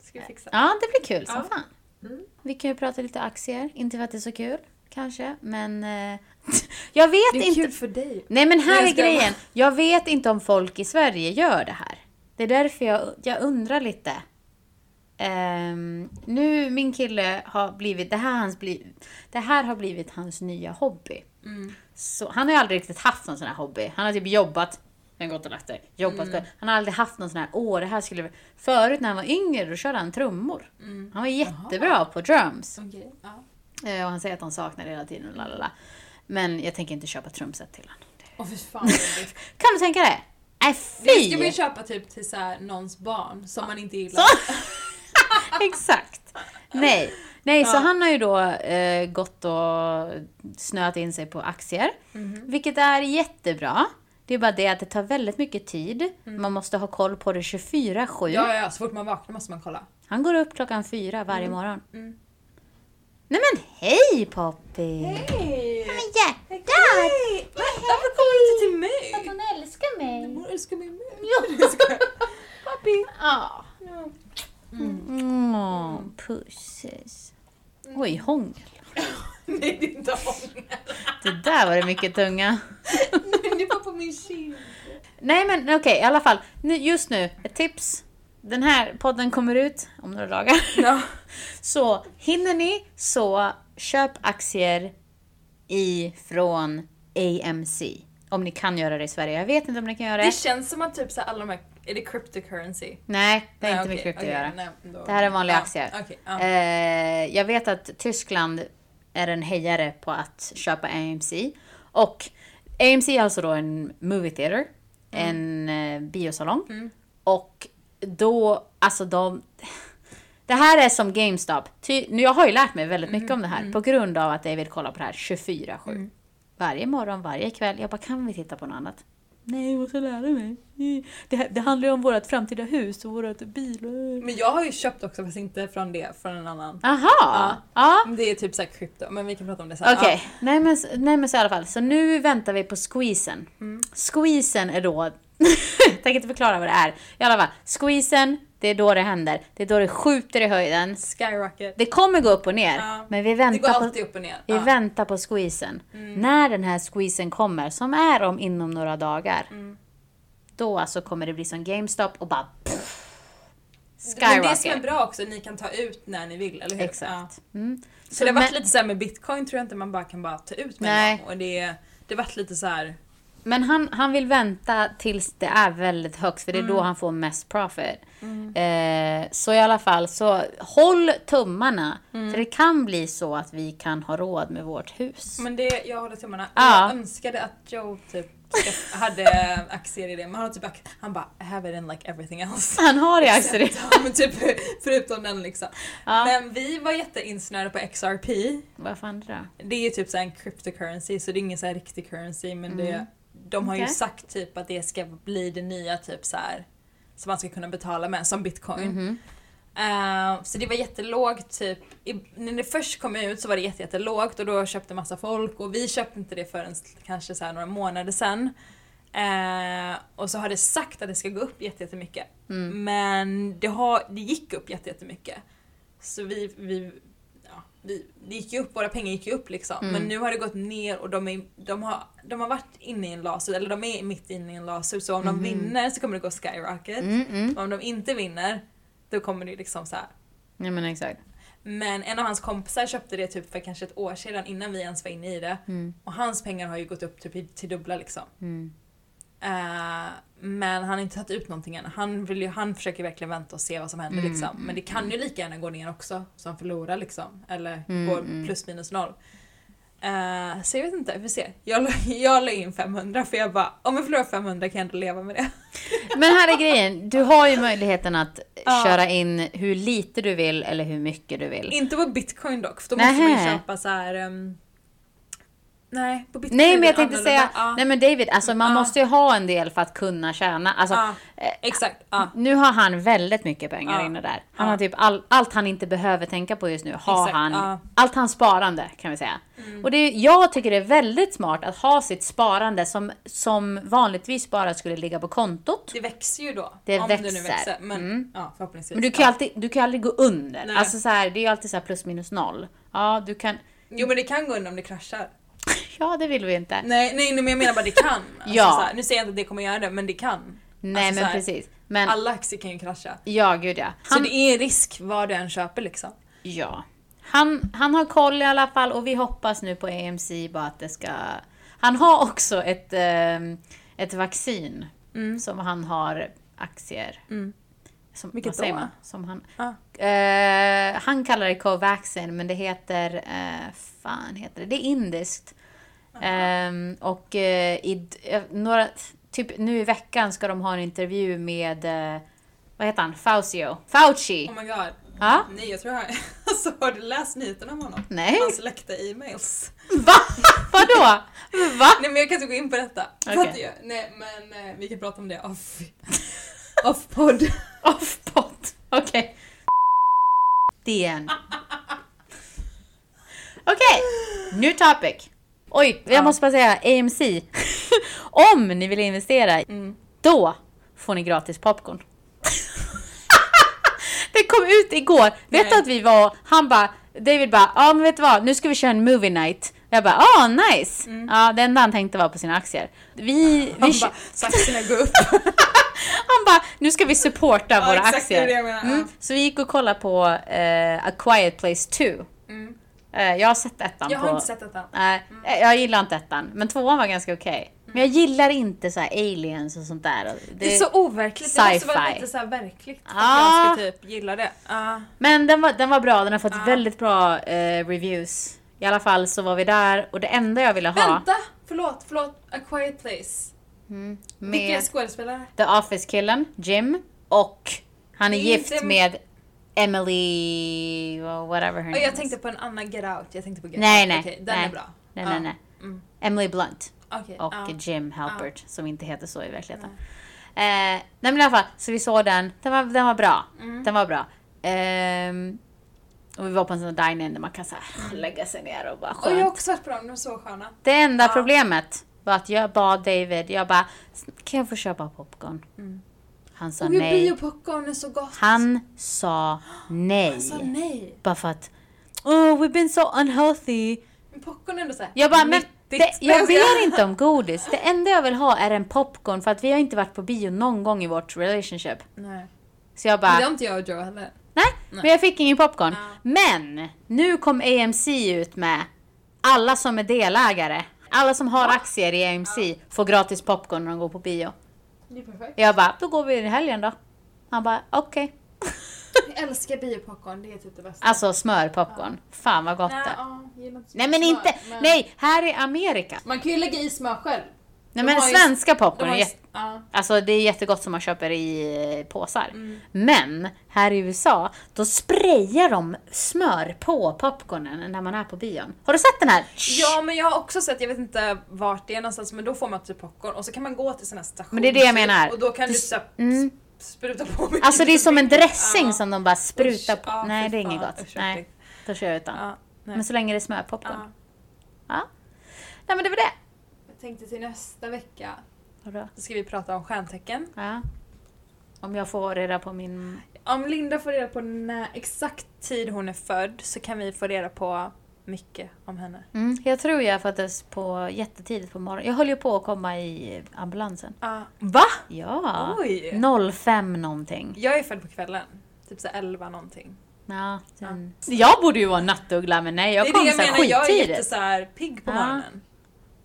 Speaker 1: Ska
Speaker 2: Eh,
Speaker 1: vi fixa.
Speaker 2: Ja, det blir kul
Speaker 1: Ja.
Speaker 2: som fan.
Speaker 1: Mm.
Speaker 2: Vi kan ju prata lite aktier. Inte för att det är så kul, kanske. Men eh, jag vet inte.
Speaker 1: för dig.
Speaker 2: Nej men
Speaker 1: Nej,
Speaker 2: här
Speaker 1: jag
Speaker 2: är
Speaker 1: ska-
Speaker 2: grejen. Jag vet inte om folk i Sverige gör det här. Det är därför jag, jag undrar lite. Ehm, nu, min kille har blivit, det här, hans bli, det här har blivit hans nya hobby.
Speaker 1: Mm,
Speaker 2: Så, han har ju aldrig riktigt haft någon sån här hobby. Han har typ jobbat, sen gått och lagt sig, jobbat.
Speaker 1: Mm.
Speaker 2: Han har aldrig haft någon sån här, åh det här skulle... Förut när han var yngre då körde han trummor. Han var jättebra på drums.
Speaker 1: Okej. mm. Ja.
Speaker 2: Eh, Och han säger att han saknar det hela tiden och lalala. Men jag tänker inte köpa trumset till honom.
Speaker 1: Åh fy fan vad jobbigt.
Speaker 2: Kan du tänka dig? Nej
Speaker 1: Det ska man ju
Speaker 2: fy!
Speaker 1: köpa typ till så här, någons barn som man inte gillar.
Speaker 2: Så. Exakt! Nej, Nej så
Speaker 1: Ja.
Speaker 2: han har ju då eh, gått och snöat in sig på aktier.
Speaker 1: Mhm.
Speaker 2: Vilket är jättebra. Det är bara det att det tar väldigt mycket tid. Man måste ha koll på det 24-7.
Speaker 1: Mm. Ja, ja, ja, så fort man vaknar måste man kolla.
Speaker 2: Han går upp klockan fyra varje morgon.
Speaker 1: Mm.
Speaker 2: Nej men hej Poppy!
Speaker 1: Hej!
Speaker 2: Ja,
Speaker 1: Hej! Varför kommer du inte till mig?
Speaker 2: hon älskar mig!
Speaker 1: Mor älskar mig mer.
Speaker 2: Ja.
Speaker 1: Pappi!
Speaker 2: Ja.
Speaker 1: Ja. Mm.
Speaker 2: Åh, pusses. Mm. Oj, hångel.
Speaker 1: Nej, det är inte ångest.
Speaker 2: Det där var det mycket tunga.
Speaker 1: Det var på min kind.
Speaker 2: Nej men okej, i alla fall. Nu, just nu, ett tips. Den här podden kommer ut om några dagar.
Speaker 1: Ja.
Speaker 2: Så hinner ni så köp aktier ifrån AMC. Om ni kan göra det i Sverige. Jag vet inte om ni kan göra det.
Speaker 1: Det känns som att typ så här, alla de här, är det cryptocurrency? Ah,
Speaker 2: Nej, det är inte
Speaker 1: okej,
Speaker 2: mycket krypto
Speaker 1: okej,
Speaker 2: att göra.
Speaker 1: nej, då-
Speaker 2: Det här är vanliga
Speaker 1: ja,
Speaker 2: aktier.
Speaker 1: okej, ja.
Speaker 2: Eh, jag vet att Tyskland är en hejare på att köpa AMC. Och AMC är alltså då en movie theater,
Speaker 1: Mm.
Speaker 2: en eh, biosalong. Och då, alltså de... Det här är som GameStop. Ty, nu, jag har ju lärt mig väldigt mycket
Speaker 1: Mm,
Speaker 2: om det här på grund av att David kollar på det här 24-7. Varje morgon, varje kväll. Jag bara, kan vi titta på något annat? Nej, jag måste lära mig. Det, här- det handlar ju om vårt framtida hus och vårt bil.
Speaker 1: Men jag har ju köpt också, fast inte från det, från en annan.
Speaker 2: Aha! Ja.
Speaker 1: Det är typ såhär krypto, men vi kan prata om det sen.
Speaker 2: Okej, nej, men, nej men så i alla fall. Så nu väntar vi på squeezen.
Speaker 1: Mm.
Speaker 2: Squeezen är då... jag tänker inte förklara vad det är. I alla fall, squeezen, det är då det händer. Det är då det skjuter i höjden.
Speaker 1: Ja, skyrocket.
Speaker 2: Det kommer gå upp och ner,
Speaker 1: Ja.
Speaker 2: men vi
Speaker 1: Det går
Speaker 2: väntar på...
Speaker 1: alltid upp Mm. och ner.
Speaker 2: Vi väntar på squeezen. När den här squeezen kommer, som är om inom några dagar,
Speaker 1: Mm.
Speaker 2: då alltså kommer det bli som GameStop och bara... pff,
Speaker 1: Men det som är
Speaker 2: skyrocket.
Speaker 1: bra också, ni kan ta ut när ni vill, eller hur? Ja.
Speaker 2: Exakt. Mm.
Speaker 1: Så det har varit
Speaker 2: men-
Speaker 1: lite såhär med bitcoin tror jag inte man bara kan bara ta ut med
Speaker 2: Nej.
Speaker 1: någon. Och det, det har varit lite såhär,
Speaker 2: Men han, han vill vänta tills det är väldigt högt för det är då han får mest profit. Eh, så i alla fall, så håll tummarna. För det kan bli så att vi kan ha råd med vårt hus.
Speaker 1: men det, jag håller tummarna.
Speaker 2: Ja.
Speaker 1: Jag önskade att Joe typ ska- hade aktier i det, men han har typ ak- han bara I have it in like everything else.
Speaker 2: Han har ju aktier.
Speaker 1: Ja, men typ, förutom den liksom.
Speaker 2: Ja.
Speaker 1: Men vi var jätteinsnöade på XRP.
Speaker 2: Vad fan är det då?
Speaker 1: Det är typ så här en cryptocurrency så det är ingen så här riktig currency men det, de har ju
Speaker 2: Okej.
Speaker 1: sagt typ att det ska bli det nya typ så här som man ska kunna betala med som bitcoin.
Speaker 2: Mm. Mhm.
Speaker 1: Eh, så det var jättelågt typ, i, när det först kom ut så var det jätte, jättelågt och då köpte massa folk och vi köpte inte det förrän kanske så här några månader sedan. Eh, och så har
Speaker 2: Mm.
Speaker 1: det sagt att det ska gå upp jätte, jättemycket. Men det, har, det gick upp jätte, jättemycket. Så vi, vi, ja, vi det gick ju upp, våra pengar gick ju upp liksom. Men nu har det gått ner och de, är, de, har, de har varit inne i en laser, eller de är mitt inne i en laser. Så om de vinner så kommer det gå skyrocket.
Speaker 2: Mm, mm.
Speaker 1: Om de inte vinner, då kommer det liksom så här.
Speaker 2: Ja men exakt.
Speaker 1: Men en av hans kompisar köpte det typ för kanske ett år sedan innan vi ens var inne i det.
Speaker 2: Mm.
Speaker 1: Och hans pengar har ju gått upp typ i- till dubbla liksom.
Speaker 2: Mm.
Speaker 1: Eh, men han har inte tagit ut någonting än. Han, vill ju, han försöker verkligen vänta och se vad som händer
Speaker 2: Mm,
Speaker 1: liksom. Men det kan ju lika gärna gå ner också, så han förlorar liksom. Eller
Speaker 2: Mm, mm.
Speaker 1: går plus minus noll. Eh, så jag vet inte, vi ser. Jag, la- jag la in 500 för jag bara, om jag förlorar 500 kan jag ändå leva med det.
Speaker 2: Mm. Men här är grejen, du har ju möjligheten att
Speaker 1: Ja.
Speaker 2: köra in hur lite du vill eller hur mycket du vill.
Speaker 1: Inte på bitcoin dock, för då måste man
Speaker 2: Nähä.
Speaker 1: ju köpa så här. ehm, nej, på bitcoin
Speaker 2: Nej
Speaker 1: är
Speaker 2: men
Speaker 1: det
Speaker 2: jag tänkte
Speaker 1: annorlunda.
Speaker 2: säga,
Speaker 1: Ja,
Speaker 2: nej men David, alltså man
Speaker 1: Ja.
Speaker 2: måste ju ha en del för att kunna tjäna. Alltså,
Speaker 1: ja,
Speaker 2: eh,
Speaker 1: exakt. Ja,
Speaker 2: Nu har han väldigt mycket pengar
Speaker 1: Ja.
Speaker 2: inne där. Han
Speaker 1: Ja.
Speaker 2: har typ all, allt han inte behöver tänka på just nu har
Speaker 1: Exakt,
Speaker 2: han.
Speaker 1: ja. Mm.
Speaker 2: Allt hans sparande kan vi säga. Och det, är- jag tycker det är väldigt smart att ha sitt sparande som, som vanligtvis bara skulle ligga på kontot.
Speaker 1: det växer ju då.
Speaker 2: Det
Speaker 1: om det nu
Speaker 2: växer. Mm.
Speaker 1: växer. Men, ja, förhoppningsvis.
Speaker 2: Men du kan ju alltid, du kan ju aldrig gå under.
Speaker 1: Nej.
Speaker 2: Alltså så här, det är ju alltid så här plus minus noll. Ja, du kan...
Speaker 1: Jo men det kan gå undan om det kraschar.
Speaker 2: Ja, det vill vi inte. Nej,
Speaker 1: Nej, nej, nej men jag menar bara det kan. Alltså,
Speaker 2: Ja.
Speaker 1: så här, nu säger jag inte att det kommer göra det, men det kan. alltså,
Speaker 2: men
Speaker 1: så här,
Speaker 2: precis. Men,
Speaker 1: Alla aktier kan ju krascha.
Speaker 2: ja gud ja.
Speaker 1: Så
Speaker 2: Han,
Speaker 1: det är en risk vad du än köper liksom.
Speaker 2: ja. Han, han har koll i alla fall och vi hoppas nu på AMC bara att det ska... Han har också ett, ehm, ett vaccin som han har aktier.
Speaker 1: Mm.
Speaker 2: Som,
Speaker 1: Vilket
Speaker 2: vad säger
Speaker 1: då?
Speaker 2: man? Som han,
Speaker 1: Ja.
Speaker 2: Eh, han kallar det Covaxin, men det heter... eh, fan heter det? Det är indiskt. Ehm, och eh, i, eh, några, typ nu i veckan ska de ha en intervju med... eh, vad heter han? Faucio. Fauci!
Speaker 1: Oh my god.
Speaker 2: Ja.
Speaker 1: Nej jag tror jag alltså, har du läst nyheterna om honom?
Speaker 2: Nej.
Speaker 1: Hans läckta e-mails.
Speaker 2: Va? Vadå? Va?
Speaker 1: Nej men jag kan inte gå in på detta. För
Speaker 2: Okej.
Speaker 1: att jag- Nej men eh, vi kan prata om det off... Off-podd.
Speaker 2: Offpot. Okej. The end. Okej, new topic. Oj, jag
Speaker 1: Ja.
Speaker 2: måste bara säga AMC. Om ni vill investera,
Speaker 1: Mm.
Speaker 2: då får ni gratis popcorn. det kom ut igår. Vet du
Speaker 1: Nej.
Speaker 2: att vi var, han bara, David bara, ja men vet du vad, nu ska vi köra en movie night. Jag bara, ah nice! Ja, det enda han tänkte var på sina aktier. Vi,
Speaker 1: Mm. Han
Speaker 2: vi,
Speaker 1: bara, så aktierna går upp.
Speaker 2: han bara, nu ska vi supporta
Speaker 1: Ja,
Speaker 2: våra
Speaker 1: exakt,
Speaker 2: aktier.
Speaker 1: det är det jag menar.
Speaker 2: Mm. Så vi gick och kollade på eh, A Quiet Place 2.
Speaker 1: Mm.
Speaker 2: Eh, jag har sett ettan
Speaker 1: Jag
Speaker 2: på...
Speaker 1: har inte sett Mm. detta.
Speaker 2: Nej, eh, jag gillar inte ettan. Men tvåan var ganska okej. Men jag gillar inte så här aliens och sånt där. Det-
Speaker 1: Mm. Det är så overkligt, det måste vara
Speaker 2: sci-fi.
Speaker 1: lite såhär verkligt. för
Speaker 2: Ah.
Speaker 1: att Jag ska typ gilla det. Ah.
Speaker 2: Men den var, den var bra, den har fått
Speaker 1: Ja.
Speaker 2: väldigt bra eh, reviews. I alla fall så var vi där och det enda jag ville ha
Speaker 1: Vänta! Förlåt, förlåt. A Quiet Place. Vilka är
Speaker 2: med
Speaker 1: skådespelare?
Speaker 2: The Office-killen, Jim, och han är
Speaker 1: Det är
Speaker 2: gift
Speaker 1: inte-
Speaker 2: med Emily... whatever her
Speaker 1: Ja,
Speaker 2: name
Speaker 1: jag
Speaker 2: is.
Speaker 1: tänkte på en annan Get Out. Jag tänkte på Get
Speaker 2: Nej,
Speaker 1: Out.
Speaker 2: nej,
Speaker 1: Okej, den
Speaker 2: nej.
Speaker 1: är bra.
Speaker 2: Nej,
Speaker 1: Ja.
Speaker 2: nej, nej.
Speaker 1: Mm.
Speaker 2: Emily Blunt
Speaker 1: Okej.
Speaker 2: och
Speaker 1: ja.
Speaker 2: Jim Halpert som inte heter så i verkligheten. Eh, nej men i alla fall, så vi såg den. Den var, den var bra.
Speaker 1: Mm.
Speaker 2: Den var bra. Ehm, och vi var på en sån där dine-in där man kan så här, lägga sig ner och bara
Speaker 1: Och jag
Speaker 2: skönt.
Speaker 1: har också varit på dem, de är så sköna.
Speaker 2: Det enda
Speaker 1: Ja.
Speaker 2: problemet var att jag bad David, jag bara, kan jag få köpa popcorn? Han sa
Speaker 1: Mm. Och
Speaker 2: nej.
Speaker 1: biopopcorn är så gott.
Speaker 2: Han sa nej.
Speaker 1: Alltså nej.
Speaker 2: Bara för att, oh we've been so unhealthy.
Speaker 1: Men popcorn är ändå såhär
Speaker 2: Jag bara, men det, jag
Speaker 1: ska-
Speaker 2: ber inte om godis. Det enda jag vill ha är en popcorn för att vi har inte varit på bio någon gång i vårt relationship.
Speaker 1: Nej.
Speaker 2: Så jag
Speaker 1: Men det
Speaker 2: bara,
Speaker 1: har inte jag och Joe heller.
Speaker 2: nej, men jag fick ingen popcorn.
Speaker 1: Ja.
Speaker 2: Men, nu kom AMC ut med alla som är delägare. Alla som har aktier i AMC får gratis popcorn när de går på bio.
Speaker 1: Det är perfekt.
Speaker 2: Jag bara, då går vi i helgen då. Han bara, okej.
Speaker 1: Jag älskar biopopcorn, det är typ det bästa.
Speaker 2: Alltså smörpopcorn. Fan vad gott
Speaker 1: nej,
Speaker 2: det är.
Speaker 1: ja, gillar inte så
Speaker 2: Nej
Speaker 1: mycket
Speaker 2: men inte,
Speaker 1: smör, men-
Speaker 2: nej, här är Amerika.
Speaker 1: Man kan ju lägga i smör själv.
Speaker 2: Nej
Speaker 1: De
Speaker 2: men
Speaker 1: har ju-
Speaker 2: svenska
Speaker 1: De
Speaker 2: popcorn
Speaker 1: har
Speaker 2: är
Speaker 1: ju...
Speaker 2: jätte...
Speaker 1: Ja.
Speaker 2: Alltså det är jättegott som man köper i eh, påsar.
Speaker 1: Mm.
Speaker 2: Men här i USA, då sprayar de smör på popcornen när man är på bion. Har du sett den här?
Speaker 1: Ja men jag har också sett, jag vet inte vart det är någonstans men då får man typ popcorn och så kan man gå till sån här station. typ.
Speaker 2: Men det är det jag menar.
Speaker 1: Och då kan du,
Speaker 2: Du-
Speaker 1: så här,
Speaker 2: Mm.
Speaker 1: spruta på mycket.
Speaker 2: Alltså det är som en dressing
Speaker 1: Ja.
Speaker 2: som de bara sprutar
Speaker 1: Usch, ja,
Speaker 2: på. Nej
Speaker 1: fy
Speaker 2: det är inget
Speaker 1: fan,
Speaker 2: gott.
Speaker 1: usch,
Speaker 2: Nej,
Speaker 1: äckligt.
Speaker 2: då kör jag utan.
Speaker 1: Ja, nej.
Speaker 2: Men så länge det är smörpopcorn.
Speaker 1: ja.
Speaker 2: Ja. Nej men det var det.
Speaker 1: Jag tänkte till nästa vecka
Speaker 2: Vadå?
Speaker 1: då ska vi prata om stjärntecken.
Speaker 2: Ja. Om jag får reda på min
Speaker 1: om Linda får reda på när, exakt tid hon är född så kan vi få reda på mycket om henne.
Speaker 2: Mm, jag tror jag föddes på jättetidigt på morgonen. Jag höll ju på att komma i ambulansen.
Speaker 1: Ah, va?
Speaker 2: Ja!
Speaker 1: Oj!
Speaker 2: 05 någonting.
Speaker 1: Jag är född på kvällen. Typ så här 11 någonting.
Speaker 2: Ja, sen. Jag borde ju vara nattuggla men nej jag
Speaker 1: det är
Speaker 2: kom
Speaker 1: det jag
Speaker 2: så här
Speaker 1: menar, jag är
Speaker 2: skittidigt.
Speaker 1: lite så här pigg på
Speaker 2: Ja.
Speaker 1: morgonen.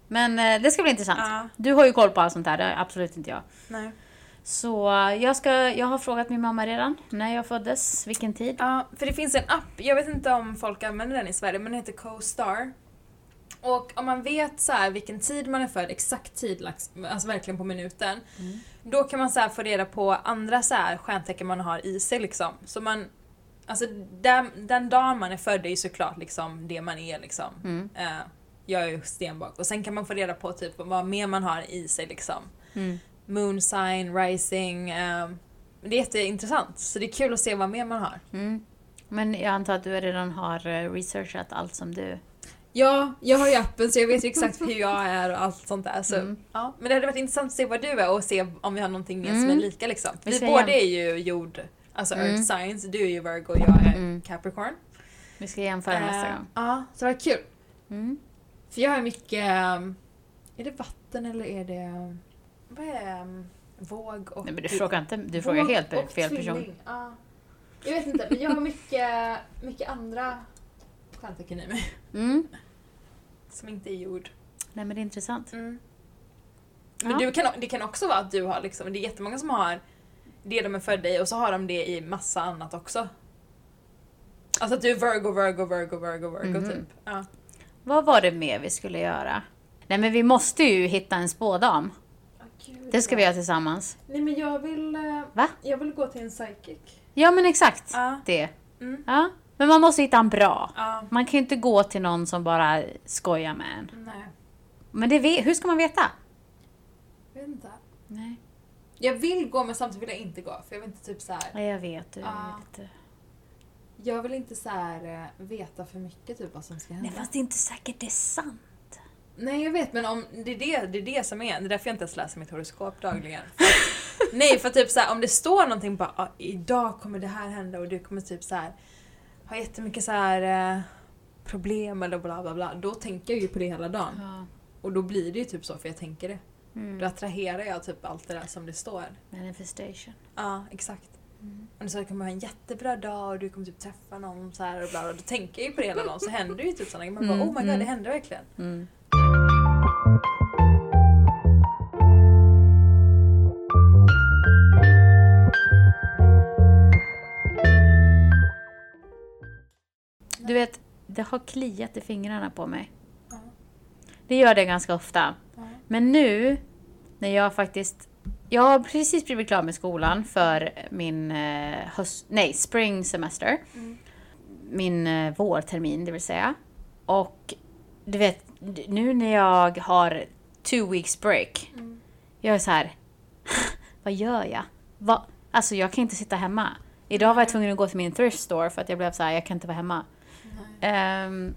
Speaker 2: Men eh, det ska bli intressant.
Speaker 1: Ja.
Speaker 2: Du har ju koll på allt sånt här, det har absolut inte jag.
Speaker 1: Nej.
Speaker 2: Så eh, jag, ska, jag har frågat min mamma redan när jag föddes, vilken tid.
Speaker 1: Ja, för det finns en app, jag vet inte om folk använder den i Sverige, men den heter CoStar. Och om man vet så här vilken tid man är född, exakt tid, lax- alltså verkligen på minuten, då kan man så här få reda på andra så här stjärntecken man har i sig liksom. Så man, alltså den, den dag man är född är ju såklart liksom det man är liksom.
Speaker 2: Mm.
Speaker 1: Eh, jag är ju stenbock. Och sen kan man få reda på typ vad mer man har i sig liksom.
Speaker 2: Mm.
Speaker 1: Moon sign, rising. Eh, det är jätteintressant. Så det är kul att se vad mer man har.
Speaker 2: Mm. Men jag antar att du redan har eh, researchat allt som du...
Speaker 1: Ja, jag har ju appen så jag vet ju exakt hur jag är och allt sånt där. Så,
Speaker 2: Mm.
Speaker 1: ja. Men det hade varit intressant att se vad du är och se om vi har någonting mer som
Speaker 2: Mm.
Speaker 1: är lika liksom.
Speaker 2: Vi
Speaker 1: Vi
Speaker 2: ska
Speaker 1: båda
Speaker 2: jäm-
Speaker 1: är ju jord, alltså
Speaker 2: Mm.
Speaker 1: earth science. Du är ju Virgo och jag är
Speaker 2: Mm.
Speaker 1: Capricorn.
Speaker 2: Vi ska jämföra nästa
Speaker 1: Eh,
Speaker 2: gång.
Speaker 1: Ja, så det var kul.
Speaker 2: Mm.
Speaker 1: För jag är mycket, ehm, är det vatten eller är det, vad är ehm, våg och... typ
Speaker 2: Nej men du frågar inte, du frågar
Speaker 1: våg
Speaker 2: helt
Speaker 1: och
Speaker 2: fel person.
Speaker 1: tvilling, ja. Jag vet inte, men jag har mycket, mycket andra stjärntecken i mig
Speaker 2: Mm.
Speaker 1: som inte är jord.
Speaker 2: Nej men det är intressant.
Speaker 1: Mm. Men
Speaker 2: Mm. Ja.
Speaker 1: du kan, det kan också vara att du har liksom, det är jättemånga som har det de är födda i och så har de det i massa annat också. Alltså att du är Virgo, Virgo, Virgo, Virgo, Virgo
Speaker 2: Mhm.
Speaker 1: typ. Ja.
Speaker 2: Vad var det mer vi skulle göra? Nej men vi måste ju hitta en spådam. Det ska vi göra tillsammans.
Speaker 1: Ah, Nej men jag vill, eh,
Speaker 2: Va?
Speaker 1: jag vill gå till en psychic.
Speaker 2: Ja men exakt.
Speaker 1: Ja.
Speaker 2: Det.
Speaker 1: Mm.
Speaker 2: Ja. Men man måste hitta en bra.
Speaker 1: Ja.
Speaker 2: Man kan ju inte gå till någon som bara skojar med en.
Speaker 1: Nej,
Speaker 2: Men det ve- hur ska man veta?
Speaker 1: jag vet inte.
Speaker 2: Nej.
Speaker 1: Jag vill gå men samtidigt vill jag inte gå för jag vill inte typ så här.
Speaker 2: Ja, jag vet. Du är
Speaker 1: Ja.
Speaker 2: lite...
Speaker 1: jag vill inte så här eh, veta för mycket typ vad som ska hända.
Speaker 2: Nej fast det är inte säkert det är sant.
Speaker 1: Nej jag vet men om det är det, det är det som är, det är därför jag inte ens läser mitt horoskop dagligen. För att- Nej för typ såhär om det står någonting bara "Ah, idag kommer det här hända och du kommer typ så här ha jättemycket så här eh, problem eller bla bla bla. Då tänker jag ju på det hela dagen.
Speaker 2: Ja.
Speaker 1: Och då blir det ju typ så för jag tänker det. Då
Speaker 2: Mm.
Speaker 1: attraherar jag typ allt det där som det står.
Speaker 2: Manifestation.
Speaker 1: Ja exakt.
Speaker 2: Mm.
Speaker 1: Och så kommer jag ha en jättebra dag och du kommer typ träffa någon så här och bla bla. Då tänker jag ju på det hela dagen så händer ju typ sådana grejer. Man bara
Speaker 2: Mm,
Speaker 1: oh my god
Speaker 2: mm.
Speaker 1: det hände verkligen.
Speaker 2: Mm. Du vet, det har kliat i fingrarna på mig.
Speaker 1: Ja.
Speaker 2: Det gör det ganska ofta.
Speaker 1: Ja.
Speaker 2: Men nu när jag faktiskt... Jag har precis blivit klar med skolan för min eh, höst... Nej, spring semester.
Speaker 1: Mm.
Speaker 2: Min eh, vårtermin, det vill säga. Och du vet, nu när jag har two weeks break.
Speaker 1: Mm.
Speaker 2: Jag är så här... Vad gör jag? Va? Alltså, jag kan inte sitta hemma. Idag var jag tvungen att gå till min thrift store för att jag blev så här, jag kan inte vara hemma.
Speaker 1: mm.
Speaker 2: Ehm,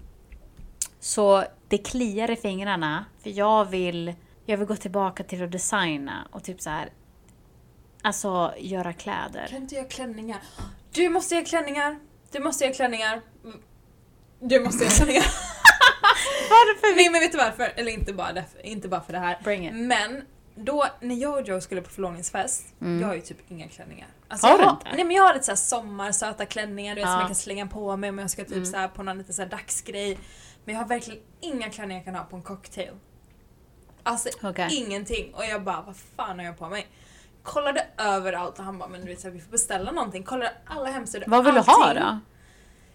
Speaker 2: så det kliar i fingrarna för jag vill, jag vill gå tillbaka till att designa och typ så här. Alltså göra kläder.
Speaker 1: Kan inte göra klänningar? Du måste göra klänningar! Du måste göra klänningar! Mm. Du måste göra klänningar! varför? Nej men vet du varför? Eller inte bara, därför, inte bara för det här.
Speaker 2: Bring it.
Speaker 1: Men då när jag och Joe skulle på förlovningsfest,
Speaker 2: Mm.
Speaker 1: jag har ju typ inga klänningar. Alltså,
Speaker 2: Har
Speaker 1: jag
Speaker 2: du
Speaker 1: har,
Speaker 2: inte?
Speaker 1: Nej men jag har lite såhär sommarsöta klänningar du vet,
Speaker 2: Ja.
Speaker 1: som jag kan slänga på mig om jag ska typ
Speaker 2: Mm.
Speaker 1: så här på någon liten så här dagsgrej. Men jag har verkligen inga klänningar jag kan ha på en cocktail. Alltså
Speaker 2: Okej.
Speaker 1: ingenting. Och jag bara, vad fan har jag på mig? Kollade överallt och han bara, men du vet så här, vi får beställa någonting. Kollade alla hemsidor.
Speaker 2: Vad vill du
Speaker 1: allting.
Speaker 2: ha då?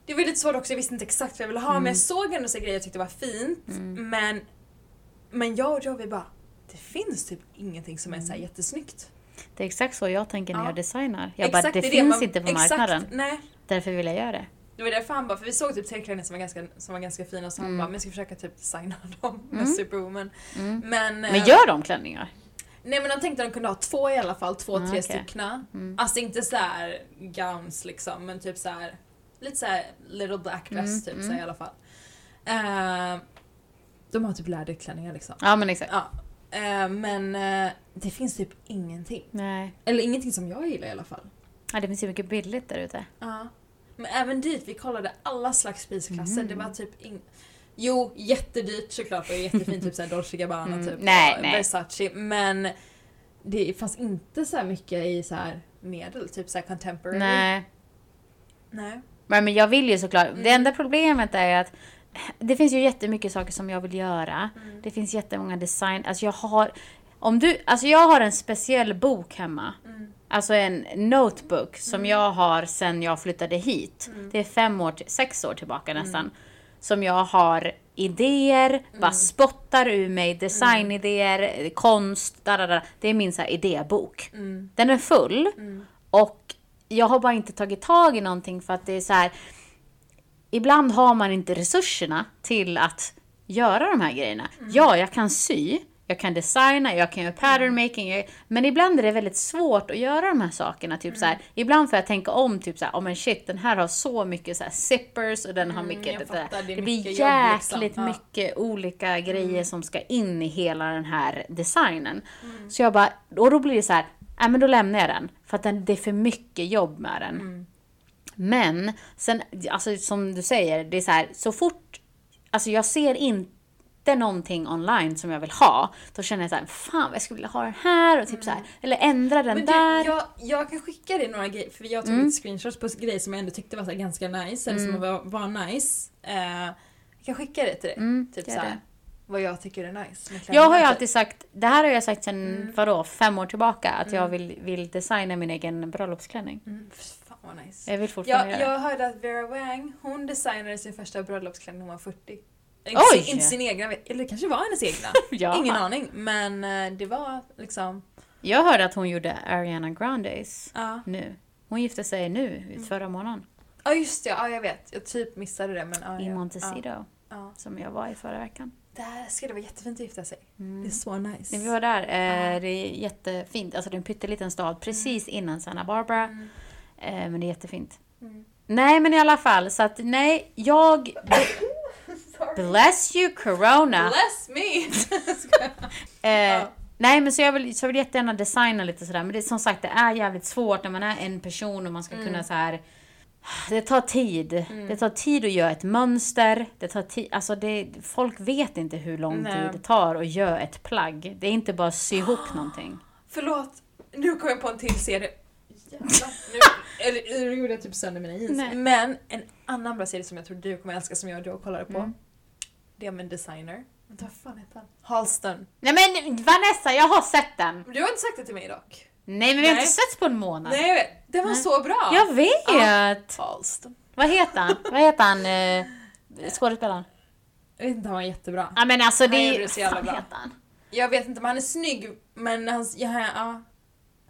Speaker 1: Det var lite svårt också, jag visste inte exakt vad jag ville ha
Speaker 2: Mm.
Speaker 1: men jag såg ändå så här grejer jag tyckte var fint. Men, men jag och Joe vi bara, det finns typ ingenting som är
Speaker 2: Mm.
Speaker 1: så här jättesnyggt.
Speaker 2: Det är exakt så jag tänker när
Speaker 1: Ja.
Speaker 2: jag designar. Jag bara, det, finns
Speaker 1: man-
Speaker 2: inte på
Speaker 1: exakt,
Speaker 2: marknaden.
Speaker 1: Nej.
Speaker 2: Därför vill jag göra det.
Speaker 1: Det var därför han bara, för vi såg typ tre klänningar som var ganska, som var ganska fina så han
Speaker 2: Mm.
Speaker 1: bara, men jag ska försöka typ designa dem med Superwoman. Men,
Speaker 2: Mm. Men
Speaker 1: eh,
Speaker 2: gör de klänningar?
Speaker 1: Nej men de tänkte att de kunde ha två i alla fall, två,
Speaker 2: Ah,
Speaker 1: tre
Speaker 2: okej.
Speaker 1: styckna.
Speaker 2: Mm.
Speaker 1: Alltså inte så här gowns liksom, men typ så här lite så här little black dress typ
Speaker 2: Mm,
Speaker 1: så här, i alla fall. Eh, de har typ läderklänningar liksom.
Speaker 2: Ja men exakt.
Speaker 1: Ja. Eh, men eh, det finns typ ingenting.
Speaker 2: Nej.
Speaker 1: Eller ingenting som jag gillar i alla fall.
Speaker 2: Ja, det finns ju mycket billigt där ute.
Speaker 1: Ja. Men även dit, vi kollade alla slags prisklasser. Det
Speaker 2: Mm.
Speaker 1: var typ ing... Jo, jättedyrt såklart och jättefint, typ såhär Dolce Gabbana
Speaker 2: Mm,
Speaker 1: typ.
Speaker 2: nej,
Speaker 1: och
Speaker 2: nej.
Speaker 1: Versace. Men det fanns inte så här mycket i så här medel, typ såhär contemporary.
Speaker 2: Nej.
Speaker 1: Nej.
Speaker 2: Men, men jag vill ju såklart.
Speaker 1: Mm.
Speaker 2: Det enda problemet är ju att det finns ju jättemycket saker som jag vill göra. Det finns jättemånga design. Alltså jag har, om du, alltså jag har en speciell bok hemma. Alltså en notebook som jag har sedan jag flyttade hit. Det är fem år, till- sex år tillbaka nästan. Som jag har idéer, bara spottar ur mig designidéer, eh, konst, da, da, da. Det är min så här idébok. Den är full. Och jag har bara inte tagit tag i någonting för att det är så här. Ibland har man inte resurserna till att göra de här grejerna.
Speaker 1: Mm.
Speaker 2: Ja, jag kan sy, jag kan designa, jag kan göra pattern making. Jag, men ibland är det väldigt svårt att göra de här sakerna. Typ så
Speaker 1: Mm.
Speaker 2: här, ibland får jag tänka om, typ så här, oh, men shit, den här har så mycket så här zippers och den har
Speaker 1: Mm,
Speaker 2: mycket...
Speaker 1: jag
Speaker 2: det, där."
Speaker 1: fattar, det är
Speaker 2: det blir
Speaker 1: mycket jobb liksom.
Speaker 2: jäkligt
Speaker 1: Ja. Mm.
Speaker 2: mycket mycket olika grejer som ska in i hela den här designen.
Speaker 1: Mm.
Speaker 2: Så jag bara, och då blir det så här, nej men då lämnar jag den. För att den, det är för mycket jobb med den. Men, sen, alltså som du säger, det är så här, så fort, alltså jag ser inte någonting online som jag vill ha, då känner jag så här, fan vad jag skulle vilja ha den här och typ så här, eller ändra den
Speaker 1: Mm. Men du,
Speaker 2: där. Mm.
Speaker 1: jag, jag kan skicka dig några grejer, för jag tog lite screenshots på grejer som jag ändå tyckte var så här ganska nice, eller som var, var nice. Eh, jag kan skicka det till dig. typ
Speaker 2: Mm, gör
Speaker 1: såhär,
Speaker 2: det.
Speaker 1: vad jag tycker är nice. med
Speaker 2: Jag har ju
Speaker 1: kläderna,
Speaker 2: alltid sagt, det här har jag sagt sedan
Speaker 1: Mm.
Speaker 2: vadå, fem år tillbaka, att jag vill, vill designa min egen bröllopsklänning.
Speaker 1: typ. Mm, fan vad nice.
Speaker 2: Jag vill fortfarande
Speaker 1: Jag,
Speaker 2: göra det.
Speaker 1: jag hörde att Vera Wang, hon designade sin första bröllopsklänning när hon var 40.
Speaker 2: Oj!
Speaker 1: Inte, inte sin egna, eller det kanske var hennes egna.
Speaker 2: Ja.
Speaker 1: Ingen aning. Men eh, det var liksom,
Speaker 2: Jag hörde att hon gjorde Ariana Grandes
Speaker 1: ja. Mm.
Speaker 2: nu. Hon gifte sig nu, i förra månaden,
Speaker 1: Ja just det, ja jag vet. Jag typ missade det men ja.
Speaker 2: i
Speaker 1: ja,
Speaker 2: Montecito.
Speaker 1: Ja, ja.
Speaker 2: Som jag var i förra veckan. Mm.
Speaker 1: Där ska det vara jättefint att gifta sig. Det är så nice.
Speaker 2: När vi var där, eh, det är jättefint. Alltså det är en pytteliten stad precis innan Santa Barbara. Eh, men det är jättefint.
Speaker 1: Mm.
Speaker 2: Nej men i alla fall, så att nej, jag... Bless you corona!
Speaker 1: Bless me!
Speaker 2: Eh, Nej men så jag, vill, så jag vill jättegärna designa lite sådär men det, som sagt det är jävligt svårt när man är en person och man ska kunna så här. Det tar tid. Det tar tid att göra ett mönster. Det tar tid, alltså det, folk vet inte hur lång
Speaker 1: Nej.
Speaker 2: tid det tar att göra ett plagg. Det är inte bara att sy ihop någonting.
Speaker 1: Förlåt, nu kom jag på en till serie. Jävlar, nu, eller, nu gjorde jag typ sönder mina jeans.
Speaker 2: Nej.
Speaker 1: Men en annan bra serie som jag tror du kommer älska som jag och du kollade
Speaker 2: Mm.
Speaker 1: på. Det är med en designer. Vänta, vad fan heter han? Halston.
Speaker 2: Nej men Vanessa, jag har sett den!
Speaker 1: Du har inte sagt det till mig dock.
Speaker 2: Nej men vi har
Speaker 1: Nej.
Speaker 2: inte setts på en månad.
Speaker 1: Nej jag vet, det var
Speaker 2: Nej.
Speaker 1: så bra!
Speaker 2: Jag vet!
Speaker 1: Halston.
Speaker 2: Vad heter han? Vad heter han? Eh, skådespelaren?
Speaker 1: Jag vet inte, han var jättebra.
Speaker 2: Ja men alltså det
Speaker 1: gjorde det så jävla
Speaker 2: fan
Speaker 1: bra.
Speaker 2: heter han?
Speaker 1: Jag vet inte men han är snygg men han, ja, ja, ja,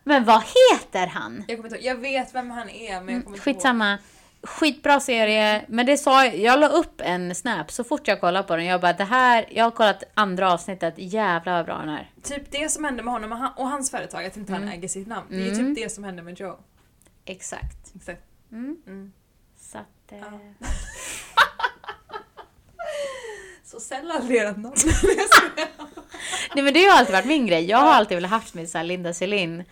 Speaker 2: Men vad heter han?
Speaker 1: jag kommer inte ihåg. Jag vet vem han är men jag kommer inte ihåg.
Speaker 2: Mm, Skitsamma. Skitbra serie, men det sa jag, jag la upp en snap så fort jag kollade på den. Jag bara det här, jag har kollat andra avsnittet, jävlar vad bra den är.
Speaker 1: Typ det som hände med honom och han- och hans företag, att inte han äger sitt namn. Det är ju
Speaker 2: Mm.
Speaker 1: typ det som hände med Joe.
Speaker 2: Exakt.
Speaker 1: Exakt.
Speaker 2: Mm.
Speaker 1: Mm.
Speaker 2: Så att, eh,
Speaker 1: Ja. Så sällan ler att någon.
Speaker 2: Nej men det har ju alltid varit min grej. Jag har alltid velat haft min så här Linda Selin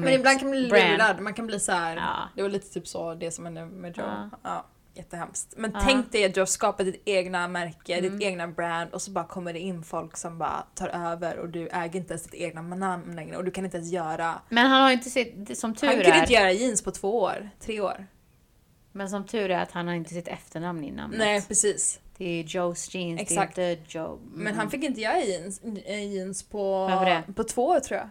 Speaker 1: Men ibland kan man bli
Speaker 2: brand.
Speaker 1: lurad, man kan bli så här.
Speaker 2: Ja.
Speaker 1: det var lite typ så det som hände med Joe.
Speaker 2: Ja.
Speaker 1: Ja. Jättehemskt. Men
Speaker 2: Ja.
Speaker 1: tänk dig att du har skapat ditt egna märke, ditt egna brand och så bara kommer det in folk som bara tar över och du äger inte ens ditt egna namn längre och du kan inte ens göra...
Speaker 2: Men han har inte sitt, som tur
Speaker 1: han kunde
Speaker 2: är,
Speaker 1: inte göra jeans på två år, tre år.
Speaker 2: men som tur är att han har inte sitt efternamn i namnet.
Speaker 1: Nej precis.
Speaker 2: Det är Joe's Jeans,
Speaker 1: Exakt.
Speaker 2: det är inte Joe. Mm.
Speaker 1: Men han fick inte göra jeans, eh, jeans på,
Speaker 2: Varför det?
Speaker 1: på två år tror jag.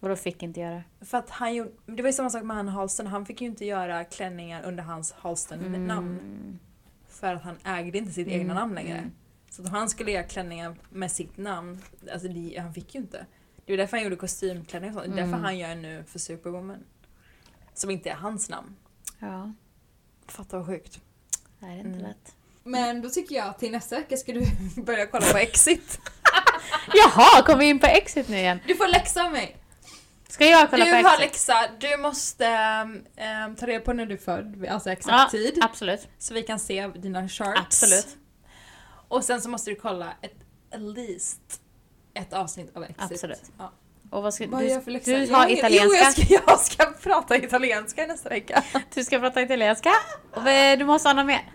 Speaker 2: Och då fick inte göra.
Speaker 1: För att han gjorde, det var ju samma sak med han Halston, han fick ju inte göra klänningar under hans Halston-namn.
Speaker 2: Mm.
Speaker 1: För att han ägde inte sitt egna namn längre. Så att om han skulle göra klänningar med sitt namn, alltså det, han fick ju inte. Det är därför han gjorde kostymklänningar och sånt, det är
Speaker 2: Mm.
Speaker 1: därför han gör nu för Superwoman. Som inte är hans namn.
Speaker 2: Ja,
Speaker 1: Fattar vad sjukt.
Speaker 2: det är inte
Speaker 1: Mm.
Speaker 2: lätt.
Speaker 1: Men då tycker jag att till nästa vecka ska du börja kolla på Exit.
Speaker 2: Jaha, kom vi in på Exit nu igen?
Speaker 1: Du får läxa av mig.
Speaker 2: Ska jag kolla
Speaker 1: du
Speaker 2: på
Speaker 1: har
Speaker 2: Exit?
Speaker 1: läxa, du måste ehm, ehm, ta reda på när du är född, alltså exakt
Speaker 2: Ja,
Speaker 1: tid.
Speaker 2: Absolut.
Speaker 1: Så vi kan se dina charts.
Speaker 2: Absolut.
Speaker 1: Och sen så måste du kolla ett, at least ett avsnitt av Exit.
Speaker 2: Absolut.
Speaker 1: Ja.
Speaker 2: Och vad ska,
Speaker 1: Vad
Speaker 2: du,
Speaker 1: gör jag för läxa?
Speaker 2: du
Speaker 1: Jag har
Speaker 2: har
Speaker 1: ingen-
Speaker 2: italienska.
Speaker 1: Jo, jag ska, jag ska prata italienska nästa vecka.
Speaker 2: Du ska prata italienska. Och eh, du måste ha något mer.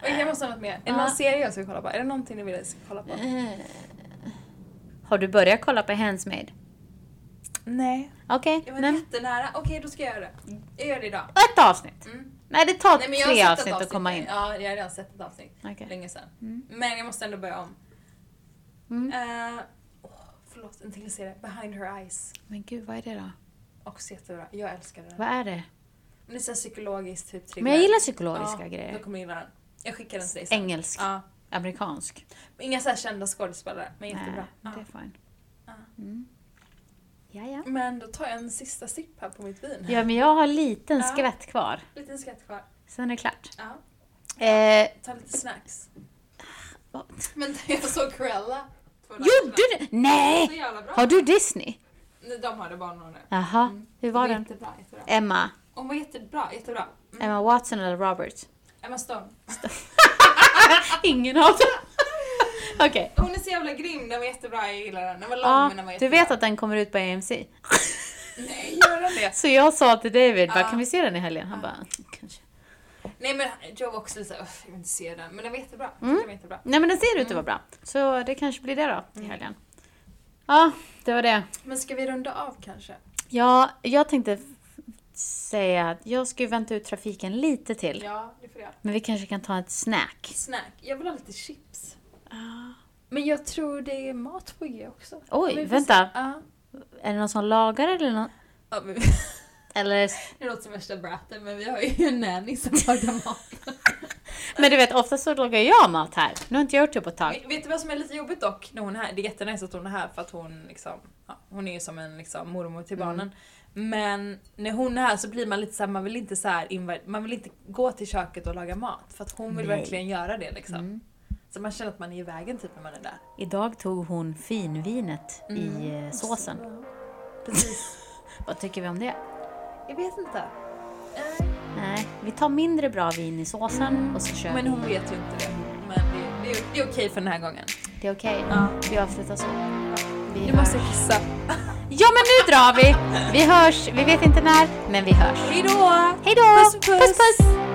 Speaker 1: Okej, jag måste ha något mer. Är det någon
Speaker 2: Ja. Mm.
Speaker 1: serie jag ska kolla på? Är det någonting du vill att jag ska kolla på?
Speaker 2: Har du börjat kolla på Handsmaid?
Speaker 1: Nej.
Speaker 2: Okej,
Speaker 1: Jag var
Speaker 2: nej.
Speaker 1: jättenära. Okej, då ska jag göra det. Jag gör det idag.
Speaker 2: ett avsnitt.
Speaker 1: Mm.
Speaker 2: Nej, det tar
Speaker 1: Nej, men jag har
Speaker 2: tre
Speaker 1: sett ett
Speaker 2: avsnitt att komma in.
Speaker 1: Ja, jag har redan sett ett avsnitt.
Speaker 2: Okej.
Speaker 1: Länge sedan. Men jag måste ändå börja om.
Speaker 2: Mm.
Speaker 1: Eh, åh, förlåt, en till serie. Behind her eyes.
Speaker 2: Men gud, vad är det då?
Speaker 1: Också jättebra. Jag älskar den.
Speaker 2: Vad är det?
Speaker 1: Men Det är så här psykologiskt, typ thriller.
Speaker 2: Men jag gillar psykologiska
Speaker 1: ja, Då
Speaker 2: grejer.
Speaker 1: kommer du gilla den. Jag skickar den till dig sen.
Speaker 2: Engelsk,
Speaker 1: Ja.
Speaker 2: amerikansk.
Speaker 1: Inga så här kända skådespelare, men
Speaker 2: Nej,
Speaker 1: jättebra.
Speaker 2: det
Speaker 1: Ja.
Speaker 2: är fine.
Speaker 1: Ja.
Speaker 2: Mm. Ja, ja.
Speaker 1: Men då tar jag en sista sipp här på mitt vin.
Speaker 2: Ja, men jag har en liten
Speaker 1: Ja.
Speaker 2: skvätt kvar.
Speaker 1: Liten skratt kvar.
Speaker 2: Sen är det klart.
Speaker 1: Ja.
Speaker 2: Eh,
Speaker 1: Ta lite snacks.
Speaker 2: vad-
Speaker 1: Men jag såg Cruella. två dagar sedan.
Speaker 2: Gjorde du?
Speaker 1: Så
Speaker 2: Nej!
Speaker 1: jävla bra.
Speaker 2: Har du Disney?
Speaker 1: Nej, De har det bara några nu. Mm.
Speaker 2: Jaha, hur var
Speaker 1: Det är
Speaker 2: den?
Speaker 1: Jättebra, jättebra.
Speaker 2: Emma?
Speaker 1: Hon var jättebra, jättebra. Mm.
Speaker 2: Emma Watson eller Roberts?
Speaker 1: Emma Stone.
Speaker 2: Ingen av dem. Okej.
Speaker 1: Hon är så jävla grym, den var jättebra, jag gillar den. Den var lång
Speaker 2: Ja,
Speaker 1: men den var
Speaker 2: du
Speaker 1: jättebra.
Speaker 2: vet att den kommer ut på AMC?
Speaker 1: Nej, gör den det?
Speaker 2: Så jag sa till David, bara,
Speaker 1: Ja.
Speaker 2: kan vi se den i helgen? Han bara, kanske.
Speaker 1: Nej men Joe var också lite såhär, "Uff, jag vill inte se den. Men den var jättebra. Jag tyckte
Speaker 2: Mm.
Speaker 1: Den var jättebra.
Speaker 2: Nej men den ser
Speaker 1: Mm.
Speaker 2: ut att vara bra. Så det kanske blir det då, i helgen. Ja, det var det.
Speaker 1: Men ska vi runda av kanske?
Speaker 2: Ja, jag tänkte f- säga att jag ska ju vänta ut trafiken lite till.
Speaker 1: Ja, det får jag.
Speaker 2: Men vi kanske kan ta ett snack.
Speaker 1: Snack. Jag vill ha lite chips. Men jag tror det är mat på G också.
Speaker 2: Oj,
Speaker 1: Men vi får
Speaker 2: vänta.
Speaker 1: se. Ja.
Speaker 2: Är det någon som lagar eller någon?
Speaker 1: Ja, men-
Speaker 2: Eller,
Speaker 1: Det låter som värsta bratten men vi har ju en nanny som lagar mat.
Speaker 2: men du vet, ofta så lagar jag mat här. Nu har inte jag gjort det på ett tag.
Speaker 1: Vet du vad som är lite jobbigt dock när hon är här? Det är jättenice att hon är här för att hon liksom, ja, hon är ju som en liksom mormor till
Speaker 2: Mm.
Speaker 1: barnen. Men när hon är här så blir man lite såhär, man vill inte så här, invad- man vill inte gå till köket och laga mat för att hon vill
Speaker 2: Nej. Mm.
Speaker 1: verkligen göra det liksom. Så man känner att man är i vägen typ när man är där.
Speaker 2: Idag tog hon finvinet i eh, såsen.
Speaker 1: Mm. Precis.
Speaker 2: Vad tycker vi om det?
Speaker 1: Jag vet inte.
Speaker 2: Nej, vi tar mindre bra vin i såsen och så kör
Speaker 1: Eh, Men
Speaker 2: vi.
Speaker 1: hon vet ju inte det. Men det, det, är, det är okej för den här gången.
Speaker 2: Det är okej.
Speaker 1: Ja.
Speaker 2: Vi avslutar så. Vi
Speaker 1: Nu måste
Speaker 2: hörs.
Speaker 1: jag kissa.
Speaker 2: Ja, men nu drar vi! Vi hörs. Vi vet inte när, men vi hörs.
Speaker 1: Hejdå!
Speaker 2: Hej då!
Speaker 1: Puss, puss.
Speaker 2: puss! puss.